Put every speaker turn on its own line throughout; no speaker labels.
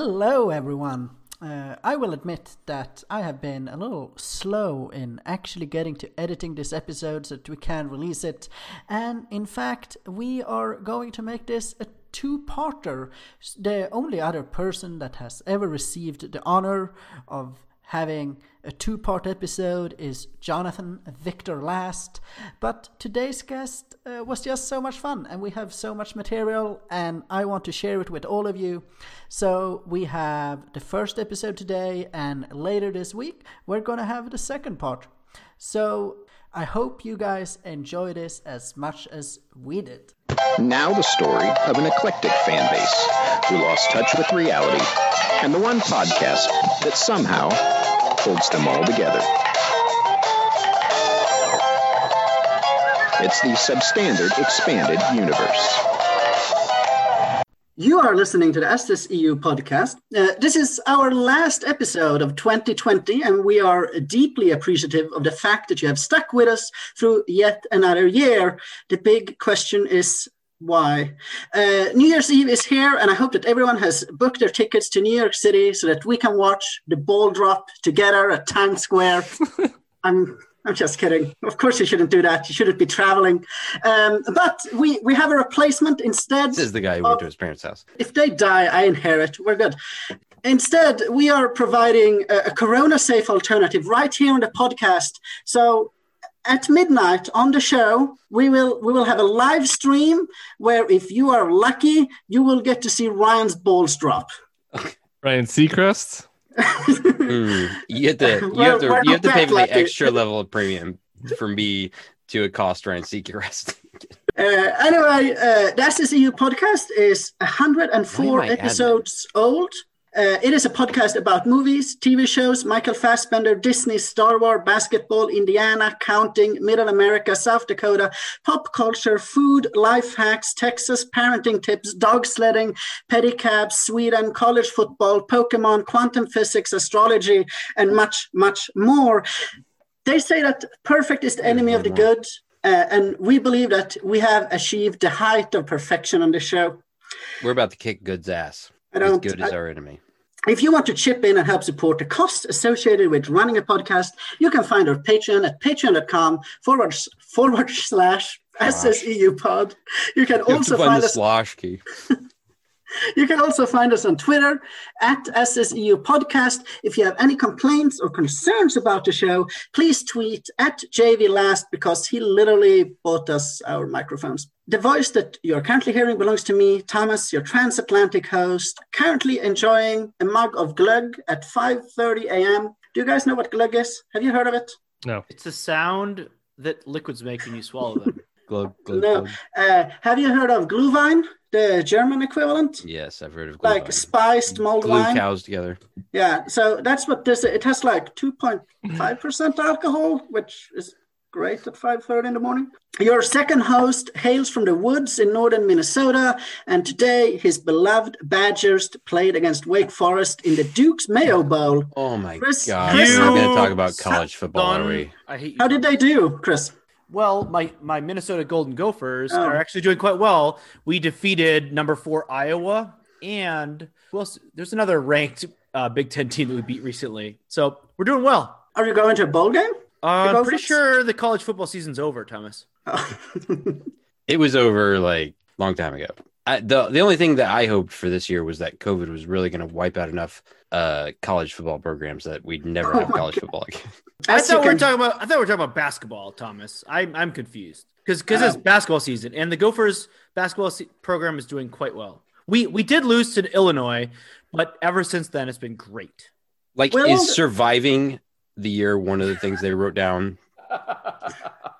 Hello, everyone. Uh, I will admit that I have been a little slow in actually getting to editing this episode so that we can release it. And in fact, we are going to make this a two parter. The only other person that has ever received the honor of having a two part episode is Jonathan Victor Last. But today's guest uh, was just so much fun, and we have so much material, and I want to share it with all of you. So, we have the first episode today, and later this week, we're going to have the second part. So, I hope you guys enjoy this as much as we did.
Now the story of an eclectic fan base who lost touch with reality and the one podcast that somehow holds them all together. It's the substandard expanded universe.
You are listening to the Estes EU podcast. Uh, this is our last episode of 2020, and we are deeply appreciative of the fact that you have stuck with us through yet another year. The big question is why? Uh, New Year's Eve is here, and I hope that everyone has booked their tickets to New York City so that we can watch the ball drop together at Times Square. I'm I'm just kidding. Of course, you shouldn't do that. You shouldn't be traveling. Um, but we we have a replacement instead
This is the guy who went to his parents' house.
if they die, I inherit. We're good. Instead, we are providing a, a corona safe alternative right here on the podcast. So at midnight on the show, we will we will have a live stream where if you are lucky, you will get to see Ryan's balls drop.
Ryan Seacrest.
Mm. You have to, you
We're-
have
we're
to, you have to
not
pay for
back like
the
it.
extra level of premium for me to accost Ryan Seacrest.
Uh, anyway, uh, the SSEU podcast is 104
Why am I admin?
episodes old. Uh, it is a podcast about movies, TV shows, Michael Fassbender, Disney, Star Wars, basketball, Indiana, counting, Middle America, South Dakota, pop culture, food, life hacks, Texas, parenting tips, dog sledding, pedicabs, Sweden, college football, Pokemon, quantum physics, astrology, and much, much more. They say that perfect is the enemy of the good, uh, and we believe that we have achieved the height of perfection on the show.
We're about to kick Good's ass.
I
As
don't.
good
I-
as our enemy.
if you want to chip in and help support the costs associated with running a podcast, you can find our Patreon at patreon.com forward s- forward slash SSEU pod. You can
You have
also
to find
find
the
us
slosh key.
You can also find us on Twitter at SSEU Podcast. If you have any complaints or concerns about the show, please tweet at JV Last because he literally bought us our microphones. The voice that you're currently hearing belongs to me, Thomas, your transatlantic host, currently enjoying a mug of glug at 5:30 a.m. Do you guys know what glug is? Have you heard of it?
It's a sound that liquids make when you swallow them.
Glug, glug,
No.
glug.
Uh, have you heard of Glühwein, the German equivalent?
Yes, I've heard of glue.
Like spiced mulled
glue
wine.
cows together.
Yeah, so that's what this. It has like two point five percent alcohol, which is great at five thirty in the morning. Your second host hails from the woods in northern Minnesota, and today his beloved Badgers played against Wake Forest in the Duke's Mayo Bowl.
Oh my
Chris-
god!
Chris-
We're going
You
to talk about college football, are
Done.
we?
I hate you.
How did they do, Chris?
well, my, my Minnesota Golden Gophers
Oh.
are actually doing quite well. We defeated number four Iowa, and who else? There's another ranked uh, Big Ten team that we beat recently. So we're doing well.
Are you going to a bowl game?
Uh, I'm pretty
Gophers?
sure the college football season's over, Thomas.
Oh.
It was over like long time ago. I, the the only thing that I hoped for this year was that COVID was really going to wipe out enough uh, college football programs that we'd never
Oh
have
my
college football again.
I
As you
thought we
can-
were talking about. I thought we were talking about basketball, Thomas. I'm I'm confused because it's
Oh.
basketball season, and the Gophers basketball se- program is doing quite well. We we did lose to Illinois, but ever since then it's been great.
Like,
Well-
is surviving the year one of the things they wrote down?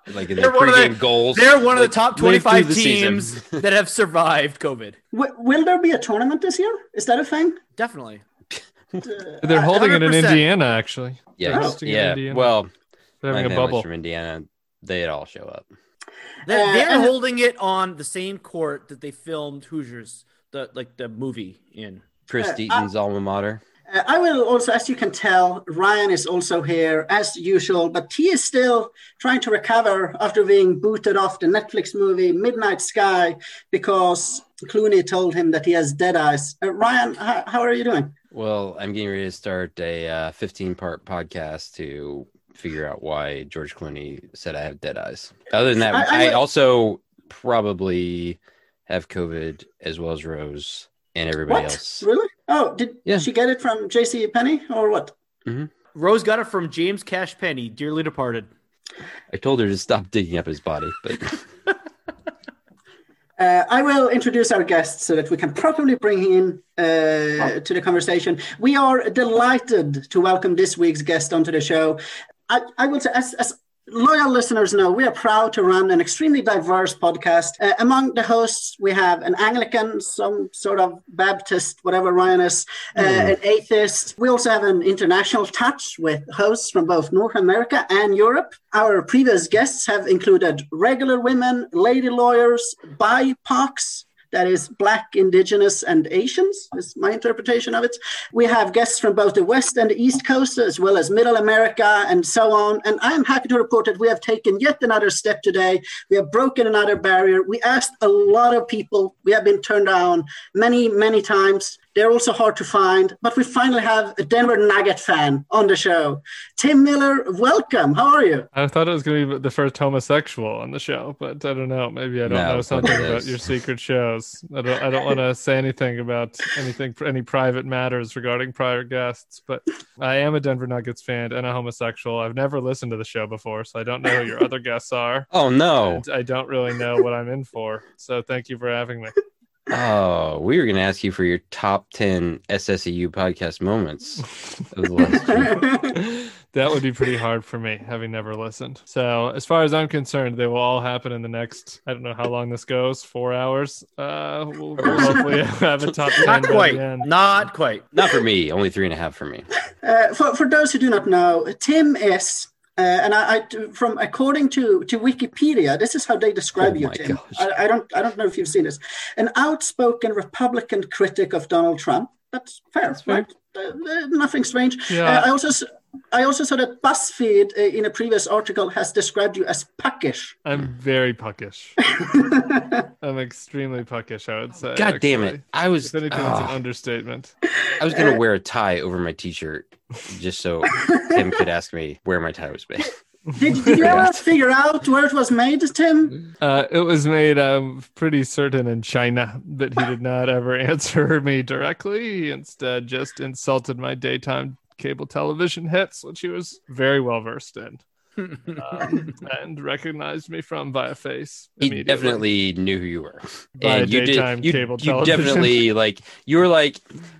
Like in their
They're one of the-
pregame goals.
They're one of the
Like,
top
live through
25
the season.
teams that have survived COVID.
Wi- will there be a tournament this year? Is that a thing?
Definitely.
They're
Uh,
holding it in
100%.
Indiana, actually.
yeah,
Oh.
yeah.
Indiana.
Well,
They're
my
having a
family's
bubble.
from Indiana. They'd all show up.
They're,
Uh,
they're
and-
holding it on the same court that they filmed Hoosiers, the like the movie in.
Chris
Uh, I-
Deaton's alma mater.
Uh, I will also, as you can tell, Ryan is also here as usual, but he is still trying to recover after being booted off the Netflix movie Midnight Sky because Clooney told him that he has dead eyes. Uh, Ryan, how, how are you doing?
Well, I'm getting ready to start a uh, 15 part podcast to figure out why George Clooney said I have dead eyes. Other than that,
I-
I,
I-
also probably have COVID as well as Rose and everybody
what?
else.
Really? Oh, did
Yeah.
she get it from JC Penny or what?
Rose got it from James Cash Penny, dearly departed.
I told her to stop digging up his body, but
Uh, I will introduce our guests so that we can properly bring him uh, to the conversation. We are delighted to welcome this week's guest onto the show. I, I will say, as, as loyal listeners know, we are proud to run an extremely diverse podcast. Uh, among the hosts, we have an Anglican, some sort of Baptist, whatever Ryan is, uh, an atheist. We also have an international touch with hosts from both North America and Europe. Our previous guests have included regular women, lady lawyers, BIPOCs, that is black indigenous and asians is my interpretation of it we have guests from both the west and the east coast as well as middle america and so on and i'm happy to report that we have taken yet another step today we have broken another barrier we asked a lot of people we have been turned down many many times they're also hard to find but we finally have a denver nugget fan on the show tim miller welcome how are you
I thought it was going to be the first homosexual on the show, but I don't know. Maybe I don't
No,
know
it's not
something
one of
about
those.
your secret shows. I don't. I don't want to say anything about anything, any private matters regarding prior guests. But I am a Denver Nuggets fan and a homosexual. I've never listened to the show before, so I don't know who your other guests are.
oh no.
And I don't really know what I'm in for. So thank you for having me.
Oh, we were going to ask you for your top 10 SSEU E podcast moments of the last year.
that would be pretty hard for me, having never listened. So, as far as I'm concerned, they will all happen in the next. I don't know how long this goes. Four hours. Uh, we'll, we'll hopefully have a top ten.
Not
by the
quite.
end.
uh, Not quite.
Not for me, only three and a half for me.
Uh, for, for those who do not know, Tim is, uh, and I, I from according to, to Wikipedia, this is how they describe
Oh
you,
my
Tim.
gosh.
I, I don't I don't know if you've seen this. An outspoken Republican critic of Donald Trump. That's fair, right? Uh, uh, nothing strange.
Yeah.
Uh, I also s- I also saw that BuzzFeed uh, in a previous article has described you as puckish.
I'm very puckish. I'm extremely puckish. I would say.
God damn it.
actually.
I was
If anything, it's an
ah.
understatement.
I was gonna wear a tie over my t-shirt just so Tim could ask me where my tie was made.
Did, did you ever
Forgot.
figure out where it was made, Tim?
Uh, it was made, I'm pretty certain, in China, but he did not ever answer me directly. He instead just insulted my daytime cable television hits, which he was very well versed in, um, and recognized me from via face.
He
immediately.
definitely knew who you were,
By
you
daytime
You,
cable
you
television.
definitely like you were like,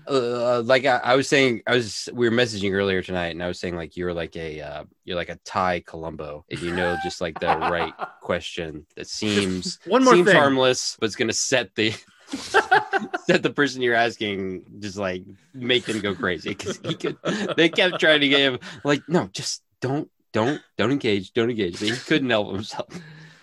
uh, like I, I was saying, I was we were messaging earlier tonight, and I was saying like you were like a uh, you're like a Thai Columbo, if you know just like the right question that seems
One more
seems
thing.
harmless, but it's gonna set the. set the person you're asking just like make them go crazy because he could they kept trying to get him like no just don't don't don't engage don't engage he couldn't help himself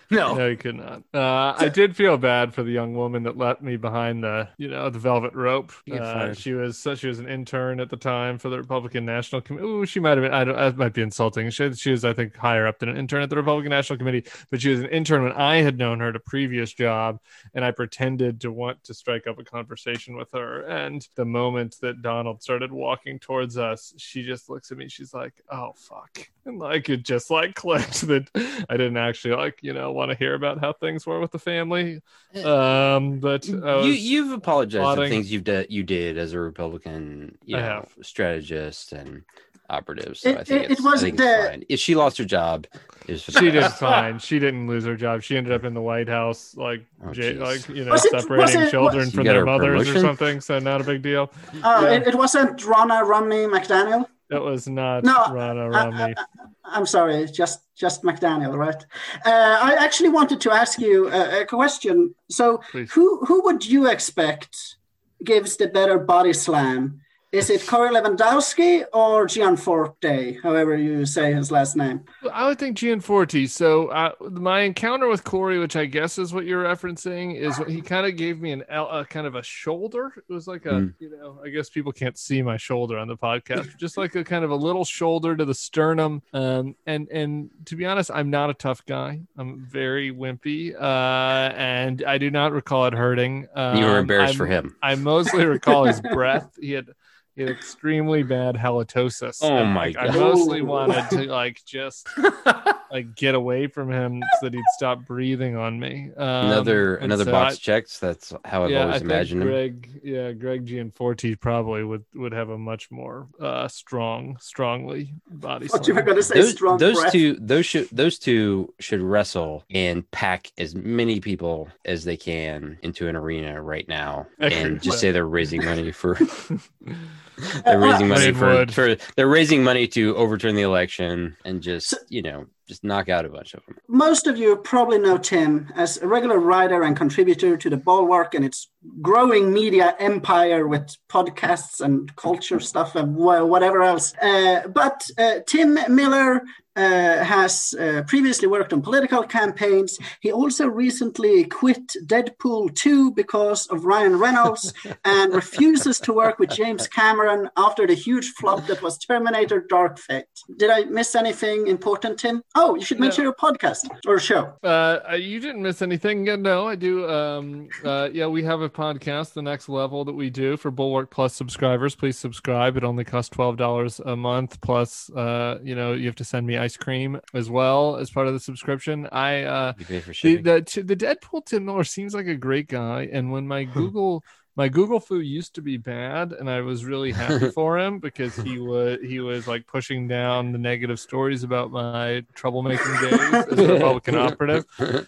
No.
No, you could not. Uh, I did feel bad for the young woman that left me behind the, you know, the velvet rope.
You get
Uh,
fired.
she was so she was an intern at the time for the Republican National Committee. Ooh, she might have been. I don't. That might be insulting. She, she was, I think, higher up than an intern at the Republican National Committee, but she was an intern when I had known her at a previous job, and I pretended to want to strike up a conversation with her. And the moment that Donald started walking towards us, she just looks at me. She's like, "Oh fuck." And like it just like clicked that I didn't actually like, you know, want to hear about how things were with the family.
Uh,
Um, but I
you
was-
you've apologized for
plotting-
things you've done you did as a Republican you
I
know,
have.
strategist and operative. So
It-
I think
it-
it's,
it
I
wasn't
think it's
the-
fine. If she lost her job, it was for the
she did
best.
fine. She didn't lose her job. She ended up in the White House, like,
Oh,
j-
jeez.
like you know,
Was it- was
separating
it-
children
was-
You
from
got
their
her
mothers
promotion?
or something. So not a big deal.
Oh,
Yeah.
it, it wasn't Ronna Romney McDaniel.
It was not
No,
Rana
I-
Romney.
I'm sorry, just just McDaniel, right? Uh, I actually wanted to ask you a, a question. So,
Please.
who who would you expect gives the better body slam? I-
Is it Corey Lewandowski or Gianforte, however you say his last name?
I would think Gianforte. So uh, my encounter with Corey, which I guess is what you're referencing, is what he kind of gave me an L, uh, kind of a shoulder. It was like a,
Mm.
you know, I guess people can't see my shoulder on the podcast, but just like a kind of a little shoulder to the sternum. Um, and and to be honest, I'm not a tough guy. I'm very wimpy, uh, and I do not recall it hurting. Um,
you were embarrassed
I'm-
for him.
I mostly recall his breath. He had he had extremely bad halitosis.
Oh
And,
my
like,
God.
I mostly
Ooh.
wanted to like just like get away from him so that he'd stop breathing on me. Um,
Another
and
another
so
box
I-
checks. That's how I've
yeah, I
always
think
imagined him.
Greg, yeah, Greg Gianforte probably would would have a much more uh strong, strongly body.
What you were
slam.
going to say?
Those,
strong
those
breath.
two, those should those two should wrestle and pack as many people as they can into an arena right now,
Agreed.
and just say they're raising money for
Uh,
they're raising money
Wade
for,
Wood.
for they're raising money to overturn the election and just
So-
you know just knock out a bunch of them.
Most of you probably know Tim as a regular writer and contributor to the Bulwark and its growing media empire with podcasts and culture stuff and wha- whatever else. Uh, but uh, Tim Miller uh, has uh, previously worked on political campaigns. He also recently quit Deadpool 2 because of Ryan Reynolds and refuses to work with James Cameron after the huge flop that was Terminator Dark Fate. Did I miss anything important, Tim? Oh, you should mention your podcast or show.
Uh, uh, you didn't miss anything. Yeah, No, I do. Um, uh, yeah, we have a podcast, the next level that we do for Bulwark Plus subscribers. Please subscribe. It only costs twelve dollars a month. Plus, uh, you know, you have to send me ice cream as well as part of the subscription. I uh,
You pay for
the,
shipping.
the t- the Deadpool Tim Miller seems like a great guy, and when my Google my Google foo used to be bad, and I was really happy for him because he was he was like pushing down the negative stories about my troublemaking days as a Republican operative.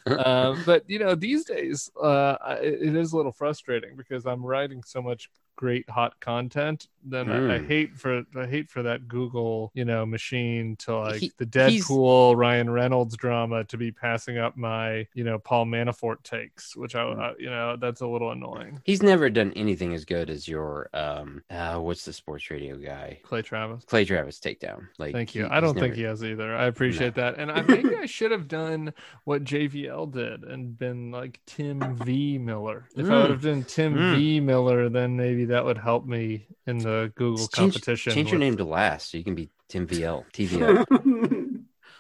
Um, but you know, these days uh, I- it is a little frustrating because I'm writing so much great hot content. Then I, I
Mm.
hate for I hate for that Google you know machine to like
He-
the
he's-
Deadpool Ryan Reynolds drama to be passing up my you know Paul Manafort takes, which I,
Hmm.
I you know that's a little annoying.
He's never done anything as good as your um uh, what's the sports radio guy
Clay Travis.
Clay Travis takedown. Like
Thank you.
he-
I
he's
don't think
never-
he has either. I appreciate that. And I maybe I should have done what JVL did and been like Tim V Miller. If I would have done Tim
Mm.
V Miller, then maybe that would help me in the Google
Just change-
competition.
Change your
with-
name to last so you can be Tim VL TVL.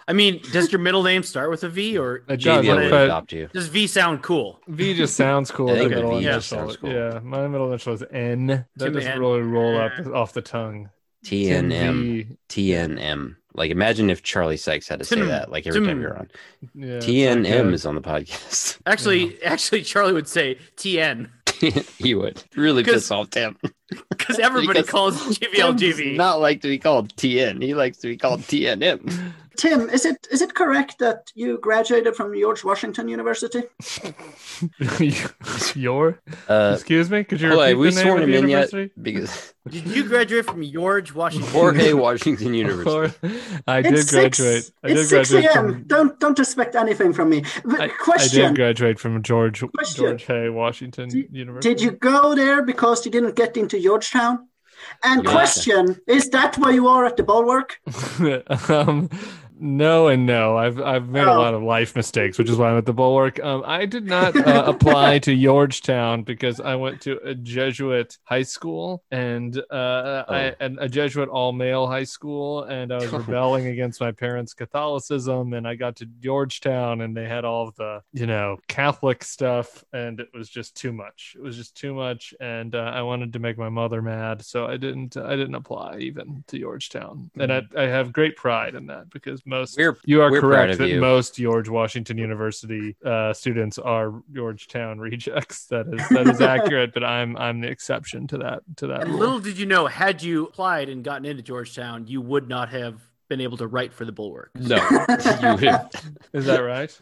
I mean, does your middle name start with a V or
It does,
TVL
What
will
is-
but-
adopt you.
does V sound cool?
V just sounds cool.
I
the
think
middle
V just
initial.
sounds cool.
Yeah, my middle initial is N. That
Tim
doesn't
N.
really roll up off the tongue. Tim
TNM
V.
TNM. Like imagine if Charlie Sykes had to say
Tim-
that like every time
Tim-
you're on.
Yeah, it's not
TNM
good.
is on the podcast.
Actually, actually, Charlie would say TN
he would really
Because-
piss off Tim.
because everybody
Because
calls
Tim
JVL
does
JV.
Not like to be called TN. He likes to be called TNM.
Tim, is it is it correct that you graduated from George Washington University?
your
Uh,
excuse me. Could you
Jorge,
repeat
we
the name
sworn
of
him
the
in yet
university?
because
Did you graduate from George Washington?
Jorge Washington University.
Or- I did
it's
graduate.
Six,
I did
it's
graduate
six a.m.
from-
Don't don't expect anything from me. But
I, I did
question:
graduate from George
Question.
George Hay Washington
Did-
University.
Did you go there because you didn't get into Georgetown? And
Yeah.
question: Is that where you are at the bulwark?
um, no, and no. I've I've made a
Oh.
lot of life mistakes, which is why I'm at the bulwark. Um, I did not uh, apply to Georgetown because I went to a Jesuit high school and uh, I, and a Jesuit all male high school, and I was rebelling against my parents' Catholicism, and I got to Georgetown, and they had all of the you know Catholic stuff, and it was just too much. It was just too much, and uh, I wanted to make my mother mad, so I didn't. I didn't apply even to Georgetown, and I, I have great pride in that because most
We're
you are
We're proud
correct
of
that
you.
most George Washington University uh, students are Georgetown rejects. That is that is accurate, but I'm I'm the exception to that to that
And
rule.
little did you know, had you applied and gotten into Georgetown, you would not have been able to write for the Bulwark.
no, you would-
Is that right?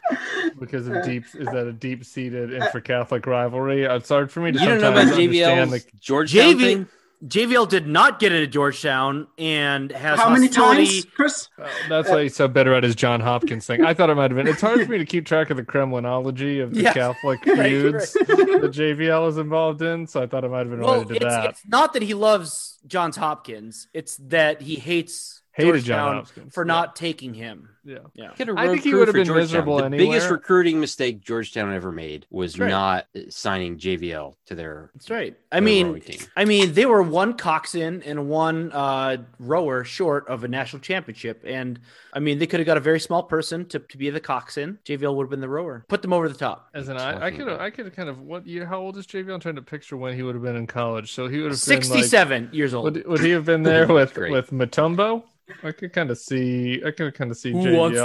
Because of deep is that a deep seated intra Catholic rivalry? Uh, It's hard for me to
you don't know
sometimes
about
understand
JVL's
the
Georgetown
JV
thing.
JVL did not get into Georgetown and has
How many
hostility-
times, Chris?
Oh, that's why he's so better at his John Hopkins thing. I thought it might have been. It's hard for me to keep track of the Kremlinology of the
Yeah.
Catholic
Right, right.
feuds that JVL is involved in. So I thought it might have been
Well,
related to
it's,
that.
it's not that he loves Johns Hopkins; it's that he hates
Hated John
Georgetown
Hopkins
for
yeah.
not taking him.
Yeah.
Get a
I
road
think he
crew
would've
for
been
Georgetown.
miserable
The biggest
anywhere.
recruiting mistake Georgetown ever made was
Right.
not signing JVL to their.
That's right. I
their
mean,
rowing team.
I mean, they were one coxswain and one uh, rower short of a national championship, and I mean, they could have got a very small person to, to be the coxswain. JVL would have been the rower. Put them over the top.
As an I, I
Talking
could
about-
I could kind of what year? How old is JVL? I'm trying to picture when he would have been in college. So he would have been like,
Sixty-seven years old.
would, would he have been there with
Great.
with Matumbo? I could kind of see I could kind of see JVL and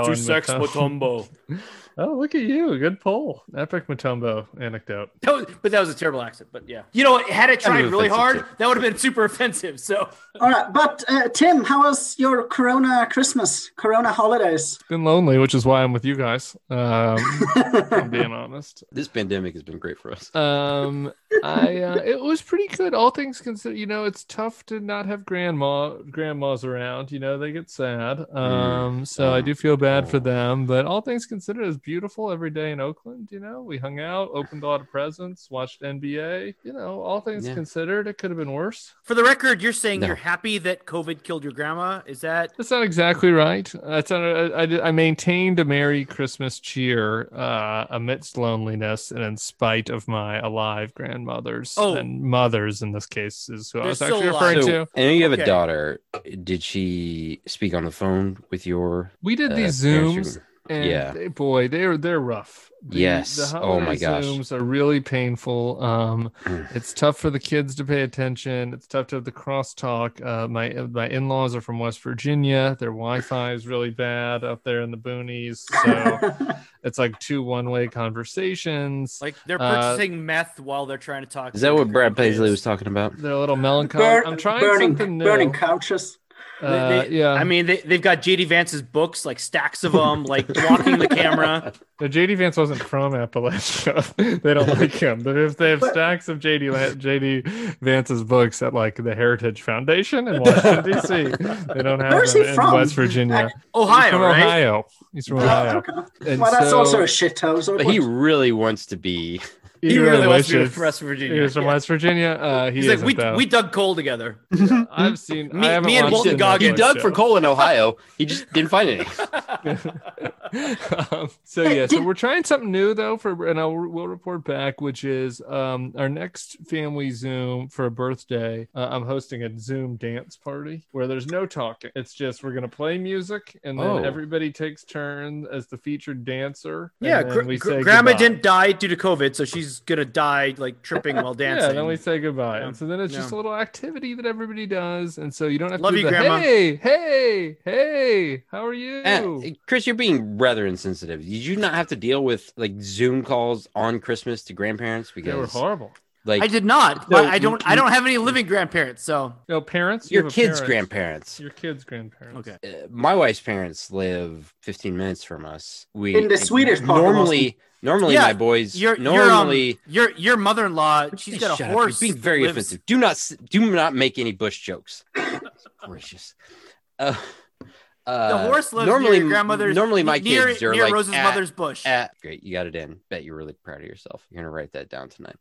Mutombo.
Matumbo?
Oh, look at you! Good poll. Epic Matumbo anecdote.
That was, but that was a terrible accent. But yeah, you know, what? had it
Kind
tried
of
really hard,
offensive,
that would have been super offensive. So
All right, but uh, Tim, how was your Corona Christmas, Corona holidays?
Been lonely, which is why I'm with you guys. Um, if I'm being honest.
This pandemic has been great for us.
Um, I uh, it was pretty good. All things considered, you know, it's tough to not have grandma grandmas around. You know, they get sad. Um, so I do feel bad for them. But all things considered, it was beautiful every day in Oakland. You know, we hung out, opened a lot of presents, watched NBA. You know, all things
Yeah.
considered, it could have been worse.
for the record, you're saying
No.
you're happy that COVID killed your grandma. Is that
That's not exactly right. That's not. I, I, I maintained a merry Christmas cheer uh, amidst loneliness and in spite of my alive grandmothers
Oh.
and mothers. In this case, is who I
They're
was
still
actually
alive.
referring
So,
to.
I know you have
Okay.
a daughter. Did she speak on the phone with your?
We did
uh,
these
parents?
zooms, and
yeah.
they- boy, they're they're rough. The-
Yes.
the
Oh my
holiday
gosh.
Zooms are really painful. Um,
Mm.
it's tough for the kids to pay attention. It's tough to have the crosstalk. Uh, my my in laws are from West Virginia. Their Wi Fi is really bad up there in the boonies. So. it's like two one way conversations.
like they're
Uh,
purchasing meth while they're trying to talk?
Is
to
that what
their
Brad Paisley
kids?
was talking about?
They're a little melancholy.
Burn-
I'm trying
burning,
something new.
burning couches.
Uh,
They- they-
yeah, I
I
mean,
mean, they, they've got JD Vance's books, like stacks of them, like blocking the camera.
no, JD Vance wasn't from Appalachia. they don't like him. But if they have stacks of JD La- JD Vance's books at like the Heritage Foundation in Washington D.C., they don't have
Where's
them
he
in
from?
West Virginia. He's
Ohio,
from
right?
Ohio. He's from
Oh,
Ohio.
okay.
And
Well, that's
so-
also a shithole. So
But he really wants to be.
He really wants to be
wishes-
from West
He
Virginia.
was from West Virginia. Uh, he
He's like,
isn't,
we,
though.
we dug coal together.
I've seen.
me-
I haven't
me and
watched
Walton
the Netflix
Goggins- He dug
show.
coal in Ohio. He just didn't find any.
um, so yeah, so we're trying something new though for, and I'll we'll report back, which is um, our next family Zoom for a birthday. Uh, I'm hosting a Zoom dance party where there's no talking. It's just we're gonna play music, and then
Oh.
everybody takes turn as the featured dancer. and
Yeah,
then
gr-
we
gr-
say
grandma
goodbye.
didn't die due to COVID, so she's gonna die like tripping while dancing.
Yeah, then we say goodbye,
Yeah.
and so then it's just a
Yeah.
little activity that everybody does, and so you don't have
Love
to do
you,
the,
Grandma.
hey, hey, hey, how are you?
Uh,
And, uh, Chris, you're being rather insensitive. Did you not have to deal with like Zoom calls on Christmas to grandparents
they were
because
horrible.
like
I did not.
So
I- I don't. I don't have any living grandparents, so
No parents. you
your
have a
kids'
parent.
grandparents?
Your kids' grandparents.
okay.
Uh, my wife's parents live 15 minutes from us. We
In the Swedish part of
normally normally
Yeah,
my boys
Your
normally.
your um, your your mother-in-law. She's
Hey,
got a
shut up.
horse.
You're being very
that lives-
offensive. Do not s- do not make any Bush jokes. Gracious. Uh, uh,
The horse
normally,
lives normally, near your grandmother's.
Normally, my
near,
kids are
near
like
Rose's
at-
mother's bush.
at- great, you got it in. Bet you're really proud of yourself. You're gonna write that down tonight.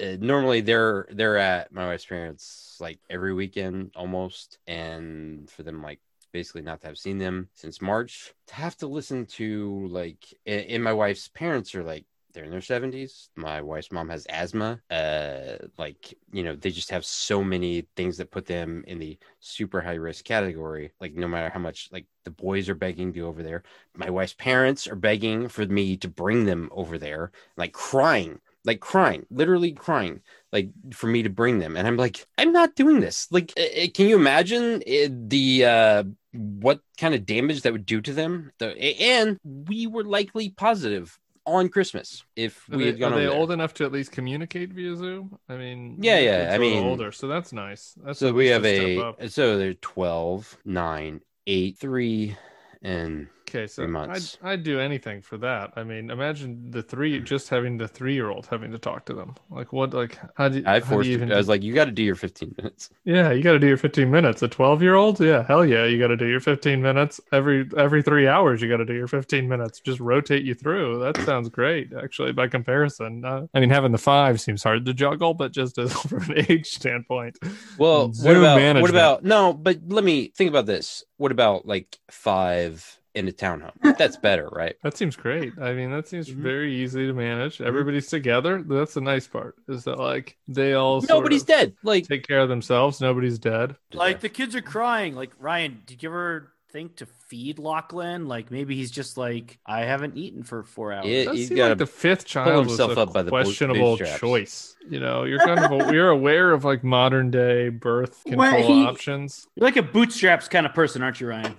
Uh, normally, they're they're at my wife's parents like every weekend almost, and for them like basically not to have seen them since March, to have to listen to like, and, and my wife's parents are like they're in their 70s my wife's mom has asthma uh like you know they just have so many things that put them in the super high risk category like no matter how much like the boys are begging to go over there my wife's parents are begging for me to bring them over there like crying like crying literally crying like for me to bring them and i'm like i'm not doing this like eh, eh, can you imagine eh, the uh what kind of damage that would do to them The- eh, and we were likely positive on Christmas if
Are
we
they,
had gone
are
over
they
there.
old enough to at least communicate via Zoom? I mean,
Yeah, yeah,
it's
I
a little
mean-
older, so that's nice. That's
so
at
we
least
have
step
a
up.
so they're 12, 9, 8, 3, and
Okay, so
Three
I'd,
months.
I'd do anything for that. I mean, imagine the three just having the three year old having to talk to them. Like what? Like how do
I
how do
forced.
you
it.
even?
I was like, you got to do your 15 minutes.
yeah, you got to do your fifteen minutes. A twelve year old? Yeah, hell yeah, you got to do your fifteen minutes every every three hours. You got to do your fifteen minutes. Just rotate you through. That sounds great, actually. By comparison, uh, I mean having the five seems hard to juggle, but just as, from an age standpoint.
Well,
Zoom
what about
management.
what about no? But let me think about this. What about like five in a townhome? That's better, right?
That seems great. I mean, that seems
Mhm.
very easy to manage.
Mm-hmm.
Everybody's together. That's the nice part is that like they all sort
Nobody's
of
dead. Like
take care of themselves. Nobody's dead.
Like the kids are crying. Like Ryan, did you ever think to feed Lachlan? Like maybe he's just like I haven't eaten for four hours.
Yeah.
That
he's
seemed
gotta
like the fifth child was
himself
a
up by the boot-
questionable
bootstraps.
choice. You know, you're kind of you're aware of like modern day birth
Well,
control
he-
options.
You're like a bootstraps kind of person, aren't you, Ryan?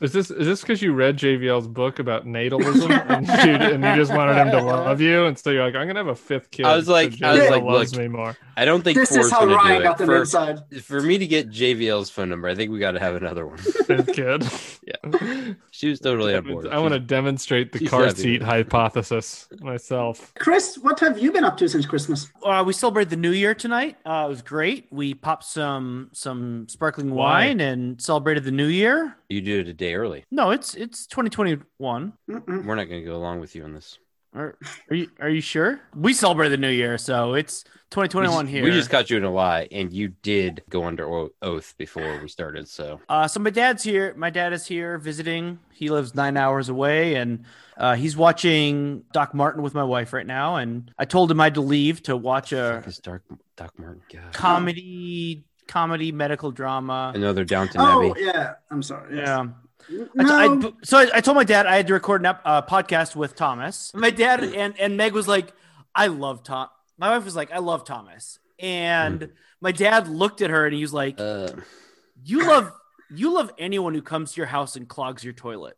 Is this is this because you read JVL's book about natalism and, you, and you just wanted him to love you, and so you're like, I'm gonna have a fifth kid.
I was like-
so
I was
JVL
like,
loves
look,
me more.
I don't think
This is
four's
how
gonna do
Ryan
it.
got them
for,
inside.
for me to get JVL's phone number, I think we got to have another one.
Fifth kid. yeah.
She was totally on board.
I want to demonstrate the
she's
car
happy with it.
seat hypothesis myself.
Chris, what have you been up to since Christmas?
Uh, we celebrated the New Year tonight. Uh, it was great. We popped some some sparkling
Wine.
wine and celebrated the New Year.
You do it a day early.
No, it's it's 2021.
Mm-mm.
We're not going to go along with you on this.
Are, are you are you sure? We celebrate the New Year, so it's 2021
we just,
here.
We just caught you in a lie, and you did go under o- oath before we started. So
Uh, so my dad's here. My dad is here visiting. He lives nine hours away, and uh, he's watching Doc Martin with my wife right now. And I told him I had to leave to watch a
Fuck is Dark Doc Martin. God.
comedy, comedy medical drama.
Another Downton
Oh,
Abbey.
yeah. I'm sorry. yes.
Yeah. I
No,
t- I b- so I, I told my dad I had to record an ep- uh, podcast with Thomas. My dad and, and Meg was like, I love Tom. My wife was like, I love Thomas.
Hmm.
And my dad looked at her and he was like,
Uh,
You love you love anyone who comes to your house and clogs your toilet.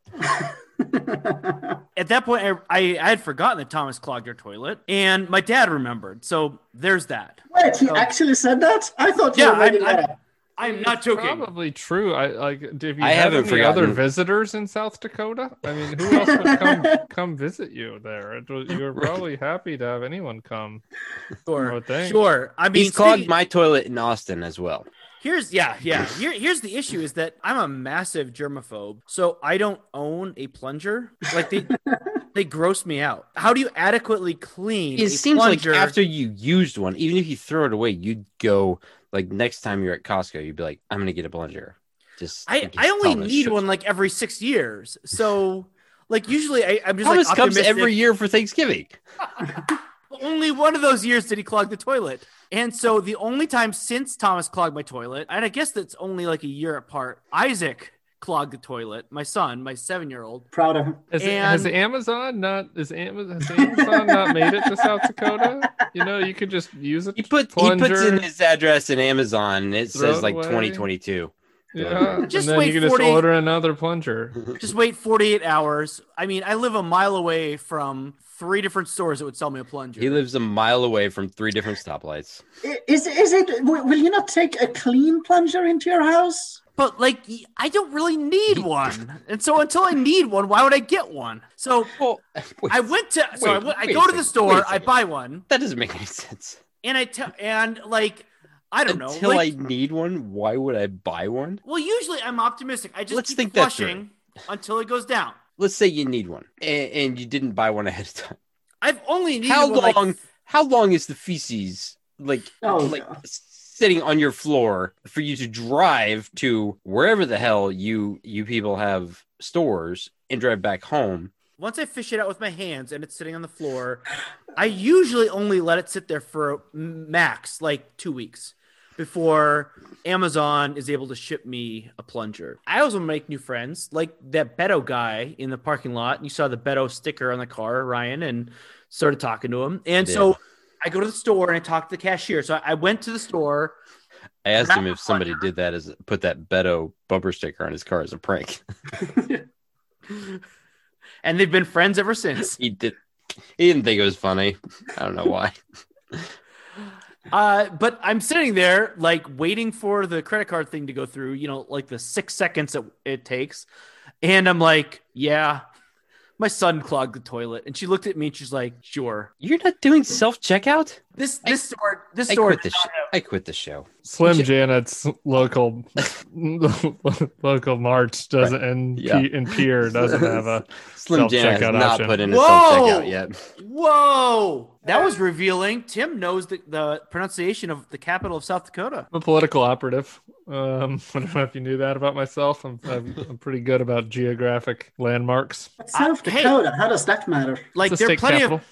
At that point, I, I, I had forgotten that Thomas clogged your toilet, and my dad remembered. So there's that.
Wait, he
Oh.
actually said that? I thought you
Yeah,
already
I'm- I'm-
had it.
I'm not
It's
joking.
Probably true. I like. If you
I
have
haven't
any other
forgotten.
visitors in South Dakota, I mean, who else would come come visit you there? It was, you were probably happy to have anyone come. I
Sure,
would think.
sure. I mean,
he's clogged
speaking-
my toilet in Austin as well.
Here's yeah, yeah. Here, here's the issue is that I'm a massive germaphobe, so I don't own a plunger. Like they they gross me out. How do you adequately clean? a
It seems like
plunger?
after you used one, even if you throw it away, you'd go like next time you're at Costco, you'd be like, "I'm going to get a plunger." Just in
I,
case
I only
Thomas
need
shows
one like every six years. So like usually I, I'm just
Thomas
like
comes
optimistic.
every year for Thanksgiving.
Only one of those years did he clog the toilet. And so the only time since Thomas clogged my toilet, and I guess that's only like a year apart, Isaac clogged the toilet, my son, my seven year old.
Proud of him.
Has, has
And-
Amazon not is Amazon, has Amazon not made it to South Dakota? You know, you could just use it.
He put he puts in his address in Amazon, and it
Throw it
says like
away.
2022.
yeah,
Just
and then
wait
you can just
40
order another plunger.
Just wait 48 hours. I mean, I live a mile away from three different stores that would sell me a plunger.
He lives a mile away from three different stoplights.
I- Is, is it, w- will you not take a clean plunger into your house?
but like, I don't really need one. And so until I need one, why would I get one? So
Well,
I went to, so I,
wait,
went, I
wait a
go to the
second, wait
store,
a
I
second.
buy one,
that doesn't make any sense.
and I tell, and like, I don't know.
Until
like-
I need one, why would I buy one?
Well, usually I'm optimistic. I just
Let's
keep
think that
flushing until it goes down.
Let's say you need one and, and you didn't buy one ahead of time.
I've only needed
How
one, like,
long? How long is the feces like
Oh,
like
yeah.
sitting on your floor for you to drive to wherever the hell you you people have stores and drive back home?
once I fish it out with my hands and it's sitting on the floor, I usually only let it sit there for max like two weeks before Amazon is able to ship me a plunger. I also make new friends, like that Beto guy in the parking lot. You saw the Beto sticker on the car, Ryan, and started talking to him. And so I go to the store and I talk to the cashier. So I I went to the store.
I asked him if somebody did that as put that Beto bumper sticker on his car as a prank.
And they've been friends ever since.
He did. He didn't think it was funny. I don't know why.
Uh, but I'm sitting there, like waiting for the credit card thing to go through. You know, like the six seconds it, it takes, and I'm like, yeah, my son clogged the toilet. And she looked at me and she's like, sure.
You're not doing self checkout.
This this store this
I
store
quit the
does
show.
not have-
I quit the show.
Slim Janet's local local march doesn't and
Yeah.
Pe- and Pier doesn't have a
Slim Janet has
Self-checkout
not
option.
put in a
Whoa!
self checkout yet.
Whoa, that was revealing. Tim knows the, the pronunciation of the capital of South Dakota.
I'm a political operative. Um, I don't know if you knew that about myself. I'm I'm, I'm pretty good about geographic landmarks.
But South
I- hey.
Dakota, how does that matter?
Like
It's a
there are
state
plenty
capital.
of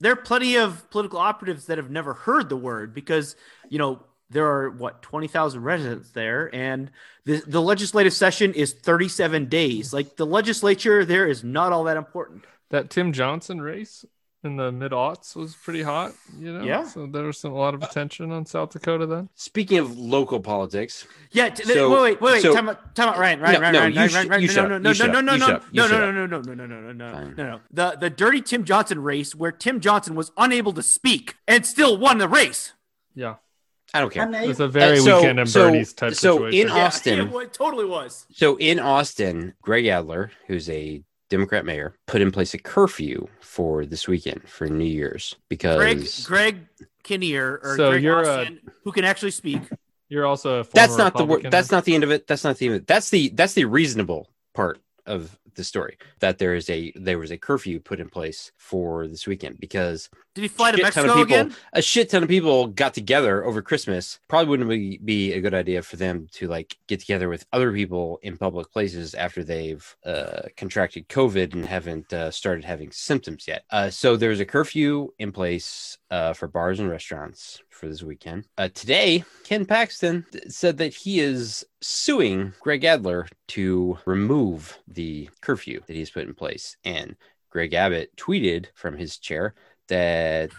there are plenty of political operatives that have never heard the word because you know there are what 20,000 residents there and the, the legislative session is 37 days like the legislature there is not all that important
that Tim Johnson race in the mid aughts was pretty hot. You know,
Yeah.
So there was some, a lot of attention on South Dakota then.
Speaking of local politics,
yeah t-
So-
wait wait wait wait
so-
time out time out Ryan Ryan
No,
Ryan
no,
Ryan
you
Ryan,
sh-
Ryan,
you
Ryan,
shut
no
up,
no
you shut
no no
up,
no
you shut
no
up, you
no
shut
no
up.
no no no no no no no no
Fine.
no no the the dirty Tim Johnson race where Tim Johnson was unable to speak and still won the race
Yeah.
I don't care.
And
It's
they,
a very
Uh, so-
weekend and
so-
Bernie's type
so
situation.
in
Yeah,
Austin.
it wa- totally was
So in Austin, Greg Adler, who's a Democrat mayor, put in place a curfew for this weekend for New Year's because
Greg Greg Kinnear or
So
Greg
you're uh, a-
Austin, who can actually speak.
You're also a former
that's not the wor-
Republican.
that's not the end of it. That's not the end. Of it. That's the that's the reasonable part of the story that there is a there was a curfew put in place for this weekend because
Did he fly to
shit ton of
Mexico
people-
again?
a shit ton of people got together over Christmas. Probably wouldn't be, be a good idea for them to like get together with other people in public places after they've uh, contracted COVID and haven't uh, started having symptoms yet. Uh, so there's a curfew in place uh, for bars and restaurants for this weekend. Uh, today, Ken Paxton th- said that he is suing Greg Adler to remove the curfew that he's put in place. And Greg Abbott tweeted from his chair that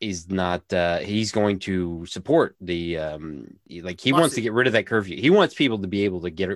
is not uh he's going to support the um like he wants to
Lawsuit.
get rid of that curfew he wants people to be able to get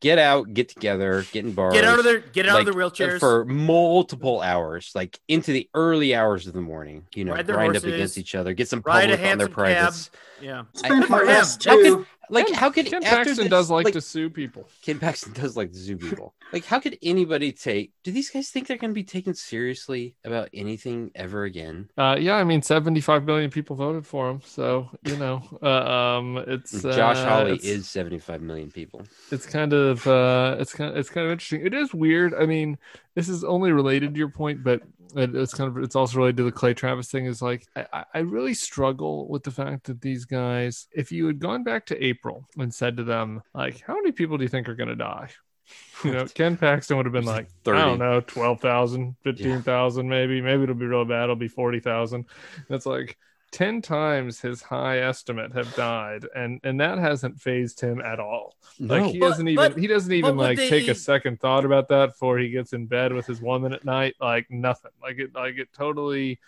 get out get together get in bars
Get out of their get out of
like,
their wheelchairs.
for multiple hours like into the early hours of the morning you know
Ride their
grind up
horses,
against each other get some
ride a
public on their
hansom cab.
privates
yeah.
spend
for
for
him.
us
How
too.
like how could
Ken
after
Paxton
this-
does like,
like
to sue people.
Ken Paxton does like the zoo people. Like, how could anybody take? Do these guys think they're going to be taken seriously about anything ever again?
Uh, yeah, I mean, 75 million people voted for him, so you know, uh, um, it's uh,
Josh Hawley
it's-
is 75 million people.
it's kind of uh it's kind it's kind of interesting it is weird i mean this is only related to your point but it, it's kind of it's also related to the clay travis thing is like I, I- I really struggle with the fact that these guys if you had gone back to april and said to them like how many people do you think are going to die you know ken paxton would have been like i
30.
don't know 12000 15000 maybe maybe it'll be real bad it'll be 40000 that's like 10 times his high estimate have died and and that hasn't phased him at all like he
But-
doesn't even
but-
he doesn't
but
even
would
like take
they-
a second thought about that before he gets in bed with his woman at night. Like nothing. Like it like it totally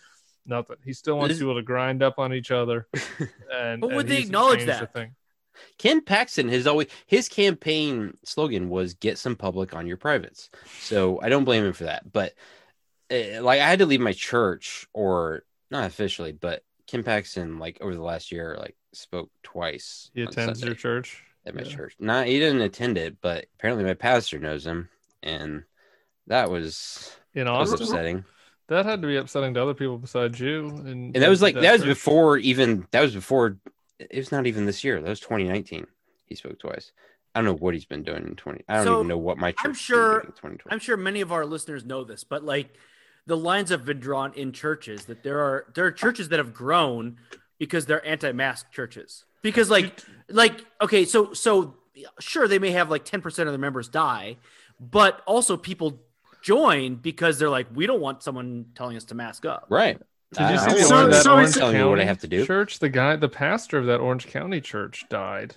nothing. He still wants
This-
people to grind up on each other. And
But would
and
they
he's
acknowledge
changed the
that?
thing.
Ken Paxton has always his campaign slogan was "Get some public on your privates." So I don't blame him for that. But uh, like, I had to leave my church, or not officially, but Ken Paxton, like over the last year, like spoke twice.
He
on
attends your
Sunday
church.
at my
Yeah.
church. Not he didn't attend it, but apparently my pastor knows him, and that was
In
that was
Austin.
upsetting.
That had to be upsetting to other people besides you. And,
And that was like that was
church.
before even that was before it was not even this year. That was 2019. He spoke twice. I don't know what he's been doing in 20. I don't
So,
even know what my church. has been
sure-
doing in 2020.
I'm sure many of our listeners know this, but like the lines have been drawn in churches that there are there are churches that have grown because they're anti-mask churches. Because like like okay, so so sure they may have like 10% of their members die, but also people join because they're like we don't want someone telling us to mask up.
right.
Did you
I- I
see
don't
the one
So-
in
know.
that
so
Orange
it's-
Telling
County
me what I have to do.
church? The guy, the pastor of that Orange County church, died,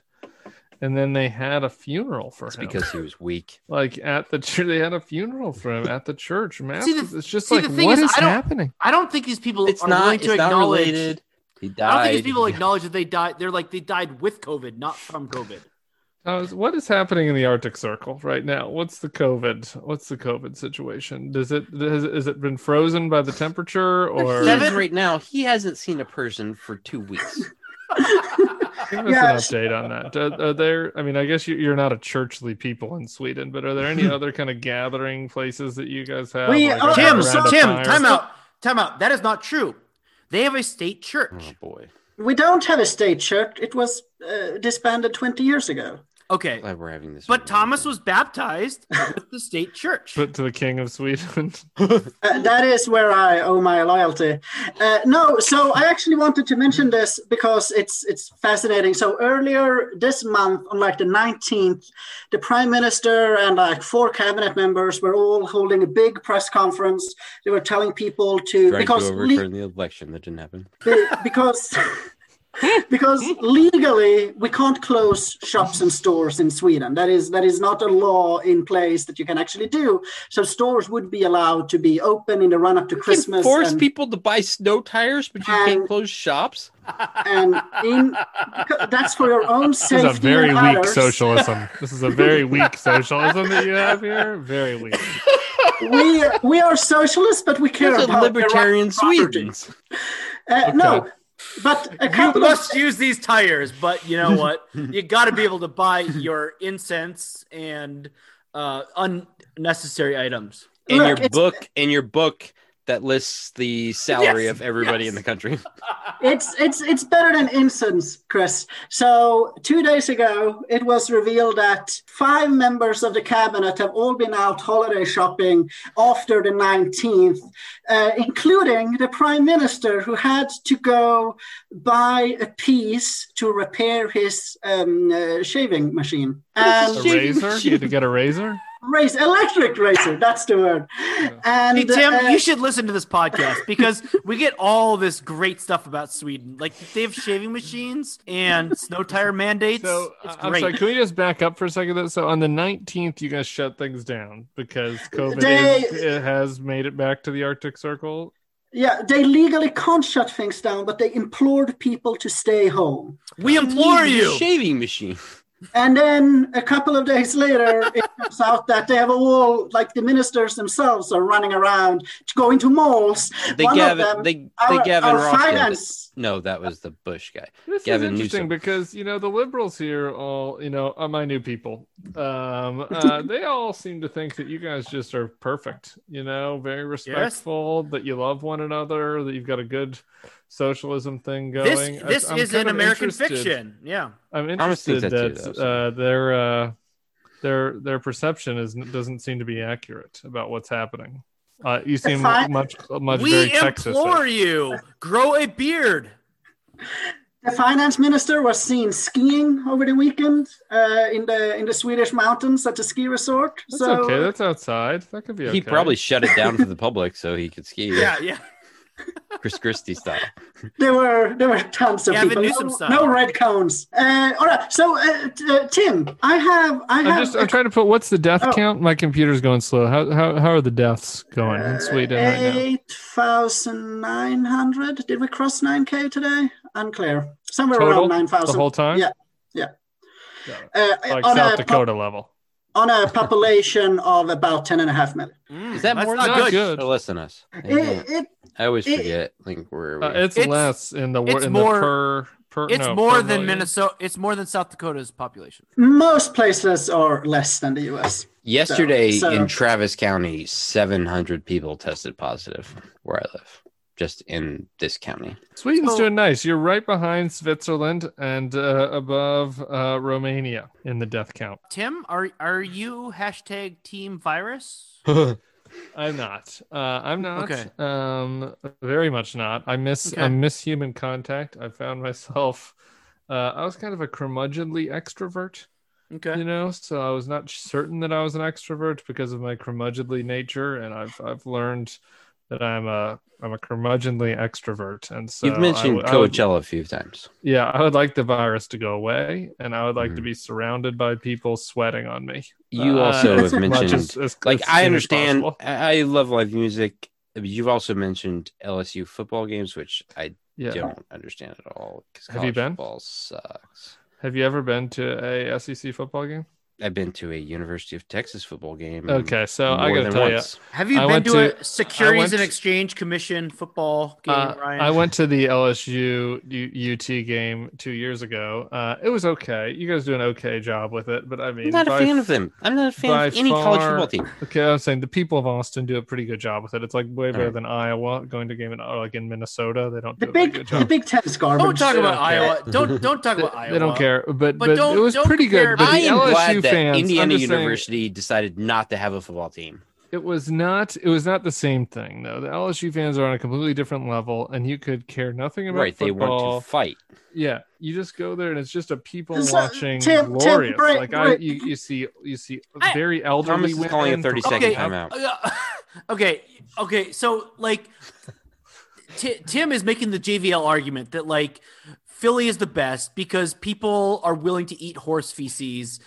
and then they had a funeral for
It's
him.
because he was weak.
like at the church they had a funeral for him at the church mass
See, the-
it's just
see,
like
the thing
what
is,
is
I don't-
happening
I don't think these people
It's
are
not.
willing to
It's not
acknowledge
related. He died.
I don't think these people acknowledge that they died. They're like they died with COVID, not from COVID.
Now, is- Uh, what is happening in the Arctic Circle right now? What's the COVID? What's the COVID situation? Does it has, has it been frozen by the temperature or
He
Seven-
is right now, he hasn't seen a person for two weeks.
give us
Yes.
an update on that? Are, are there? I mean, I guess you, you're not a churchly people in Sweden, but are there any other kind of gathering places that you guys have?
We
a
are-
oh, Tim,
round of
Tim,
fires?
time out, time out. That is not true. They have a state
Oh
church.
boy,
We don't have a state church. It was uh, disbanded 20 years ago.
Okay,
glad we're having this.
but Thomas was baptized with the state church.
But to the King of Sweden.
Uh, that is where I owe my loyalty. Uh, no, so I actually wanted to mention this because it's it's fascinating. So earlier this month, on like the 19th, the prime minister and like four cabinet members were all holding a big press conference. They were telling people to
trying
because
to
le-
overturn the election that didn't happen.
be- because because legally we can't close shops and stores in Sweden. That is that is not a law in place that you can actually do. So stores would be allowed to be open in the run up to Christmas.
force
and-
people to buy snow tires, but you can't
And-
close shops.
and in, that's for your own
This
safety.
is a very
and
weak
others.
socialism. This is a very weak socialism that you have here. Very weak.
We are, we are socialists, but we care
There's a
about the right
libertarian
of property.
Swedens.
Uh,
Okay.
No, but a
You
couple of
must use these tires, but you know what? You got to be able to buy your incense and uh, unnecessary items.
In
Look,
your
it's-
book, in your book that lists the salary
Yes,
of everybody
yes.
in the country.
it's it's it's better than incense, Chris. So two days ago, it was revealed that five members of the cabinet have all been out holiday shopping after the 19th, uh, including the prime minister, who had to go buy a piece to repair his um, uh, shaving machine
A
and
razor? You had to get a razor?
race electric razor. That's the word. And
Hey Tim,
uh,
you should listen to this podcast because we get all this great stuff about Sweden. Like they have shaving machines and snow tire mandates.
So uh,
it's
I'm
great.
sorry, can we just back up for a second? Though? So on the 19th, you guys shut things down because COVID
They-
is, it has made it back to the Arctic Circle.
Yeah, they legally can't shut things down, but they implored people to stay home.
we implore you.
Shaving machine.
And then a couple of days later, it comes out that they have all, like the ministers themselves, are running around to go into malls.
They
One of
Gavin.
them,
They they
our,
Gavin
our
Ross did it.
finance.
No, that was the Bush guy.
This
Gavin
is interesting
Newsom.
because you know the liberals here all you know are my new people. Um, uh, they all seem to think that you guys just are perfect. You know, very respectful, that you love one another, that you've got a good socialism thing going.
This this
I- I'm
is
kind
an
of
American
interested-
fiction. Yeah.
I'm
Thomas thinks
interested that,
that too, though, so-
uh, their uh, their their perception is doesn't seem to be accurate about what's happening. Uh, you seem
Fi-
much much very
we
Texas.
implore you, grow a beard.
The finance minister was seen skiing over the weekend uh, in the in the Swedish mountains at a ski resort.
That's
so
okay. That's outside. That could be okay.
He probably shut it down for the public so he could ski
Yeah, yeah.
Chris Christie style.
There were there were tons of
Gavin
people.
Newsom
No,
style.
no red cones. Uh, all right. So uh, t- uh, Tim, I have I
I'm
have
just I'm trying to put what's the death
Oh.
count? My computer's going slow. How how how are the deaths going in Sweden right now?
uh, eight thousand nine hundred. Did we cross nine k today? Unclear. Somewhere
Total
around nine
the
thousand.
whole time?
Yeah. uh,
Like
on,
South
a pop-
Dakota level.
on a population of about ten and a half million.
Mm,
Is that
that's
more
not
than-
good?
good.
They're less than us. They
It,
don't-
it,
I always
it-
forget. Like where are we?
Uh, it's,
It's-
less in the wor-
it's
in
more-
the per per.
It's
no, per
more than
million.
Minnesota. It's more than South Dakota's population.
most places are less than the U.S.
Yesterday
So-
in Travis County, 700 people tested positive where I live, just in this county.
Sweden's
So-
doing nice. You're right behind Switzerland and uh, above uh, Romania in the death count.
Tim, are are you hashtag Team Virus?
I'm not. Uh, I'm not.
Okay.
Um, very much not. I miss. I
Okay.
miss human contact. I found myself. Uh, I was kind of a curmudgeonly extrovert,
Okay.
you know. So I was not certain that I was an extrovert because of my curmudgeonly nature, and I've I've learned that I'm a I'm a curmudgeonly extrovert, and so
You've mentioned
I would- I would-
Coachella a few times.
yeah, I would like the virus to go away, and I would like to
Mhm.
be surrounded by people sweating on me.
You
Uh,
also
as
have
much
mentioned,
as- as-
like,
as soon
I
as
understand.
possible.
I I love live music. You've also mentioned LSU football games, which I
Yeah.
don't understand at all. 'cause
Have you
college
been?
Football sucks.
Have you ever been to a SEC football game?
I've been to a University of Texas football game.
Okay, so I
more
gotta
than
tell you,
once.
Have you
I
been
went
to,
to-
a Securities
went
and
to-
Exchange Commission football game,
Uh,
Ryan?
I went to the LSU U- UT game two years ago. Uh, it was okay. You guys do an okay job with it, but I mean,
I'm not a
by
fan of them. I'm not a fan of
by
any college
far-
football team.
Okay, I'm saying the people of Austin do a pretty good job with it. It's like way better
right.
than Iowa going to game in or like in Minnesota. They don't
The
do a very
big,
good
the
job.
Big Ten's garbage.
don't talk about
care.
Iowa. Don't don't talk
They,
about Iowa.
they don't care, but but,
don't-
it was
don't
pretty
care.
good. But
I
the
am
LSU
glad that
fans, I'm
Indiana
just saying,
University decided not to have a football team.
it was not it was not the same thing though. The LSU fans are on a completely different level, and you could care nothing about
Right, they
football.
want to fight.
yeah you just go there and it's just a people
So,
watching
Tim- Tim,
glorious
break-
like i
break.
you, you see you see
I-
very elderly
Thomas is
women
calling a 30 second
Okay.
timeout.
Uh, okay, okay. So like, Ti- Tim is making the JVL argument that like Philly is the best because people are willing to eat horse feces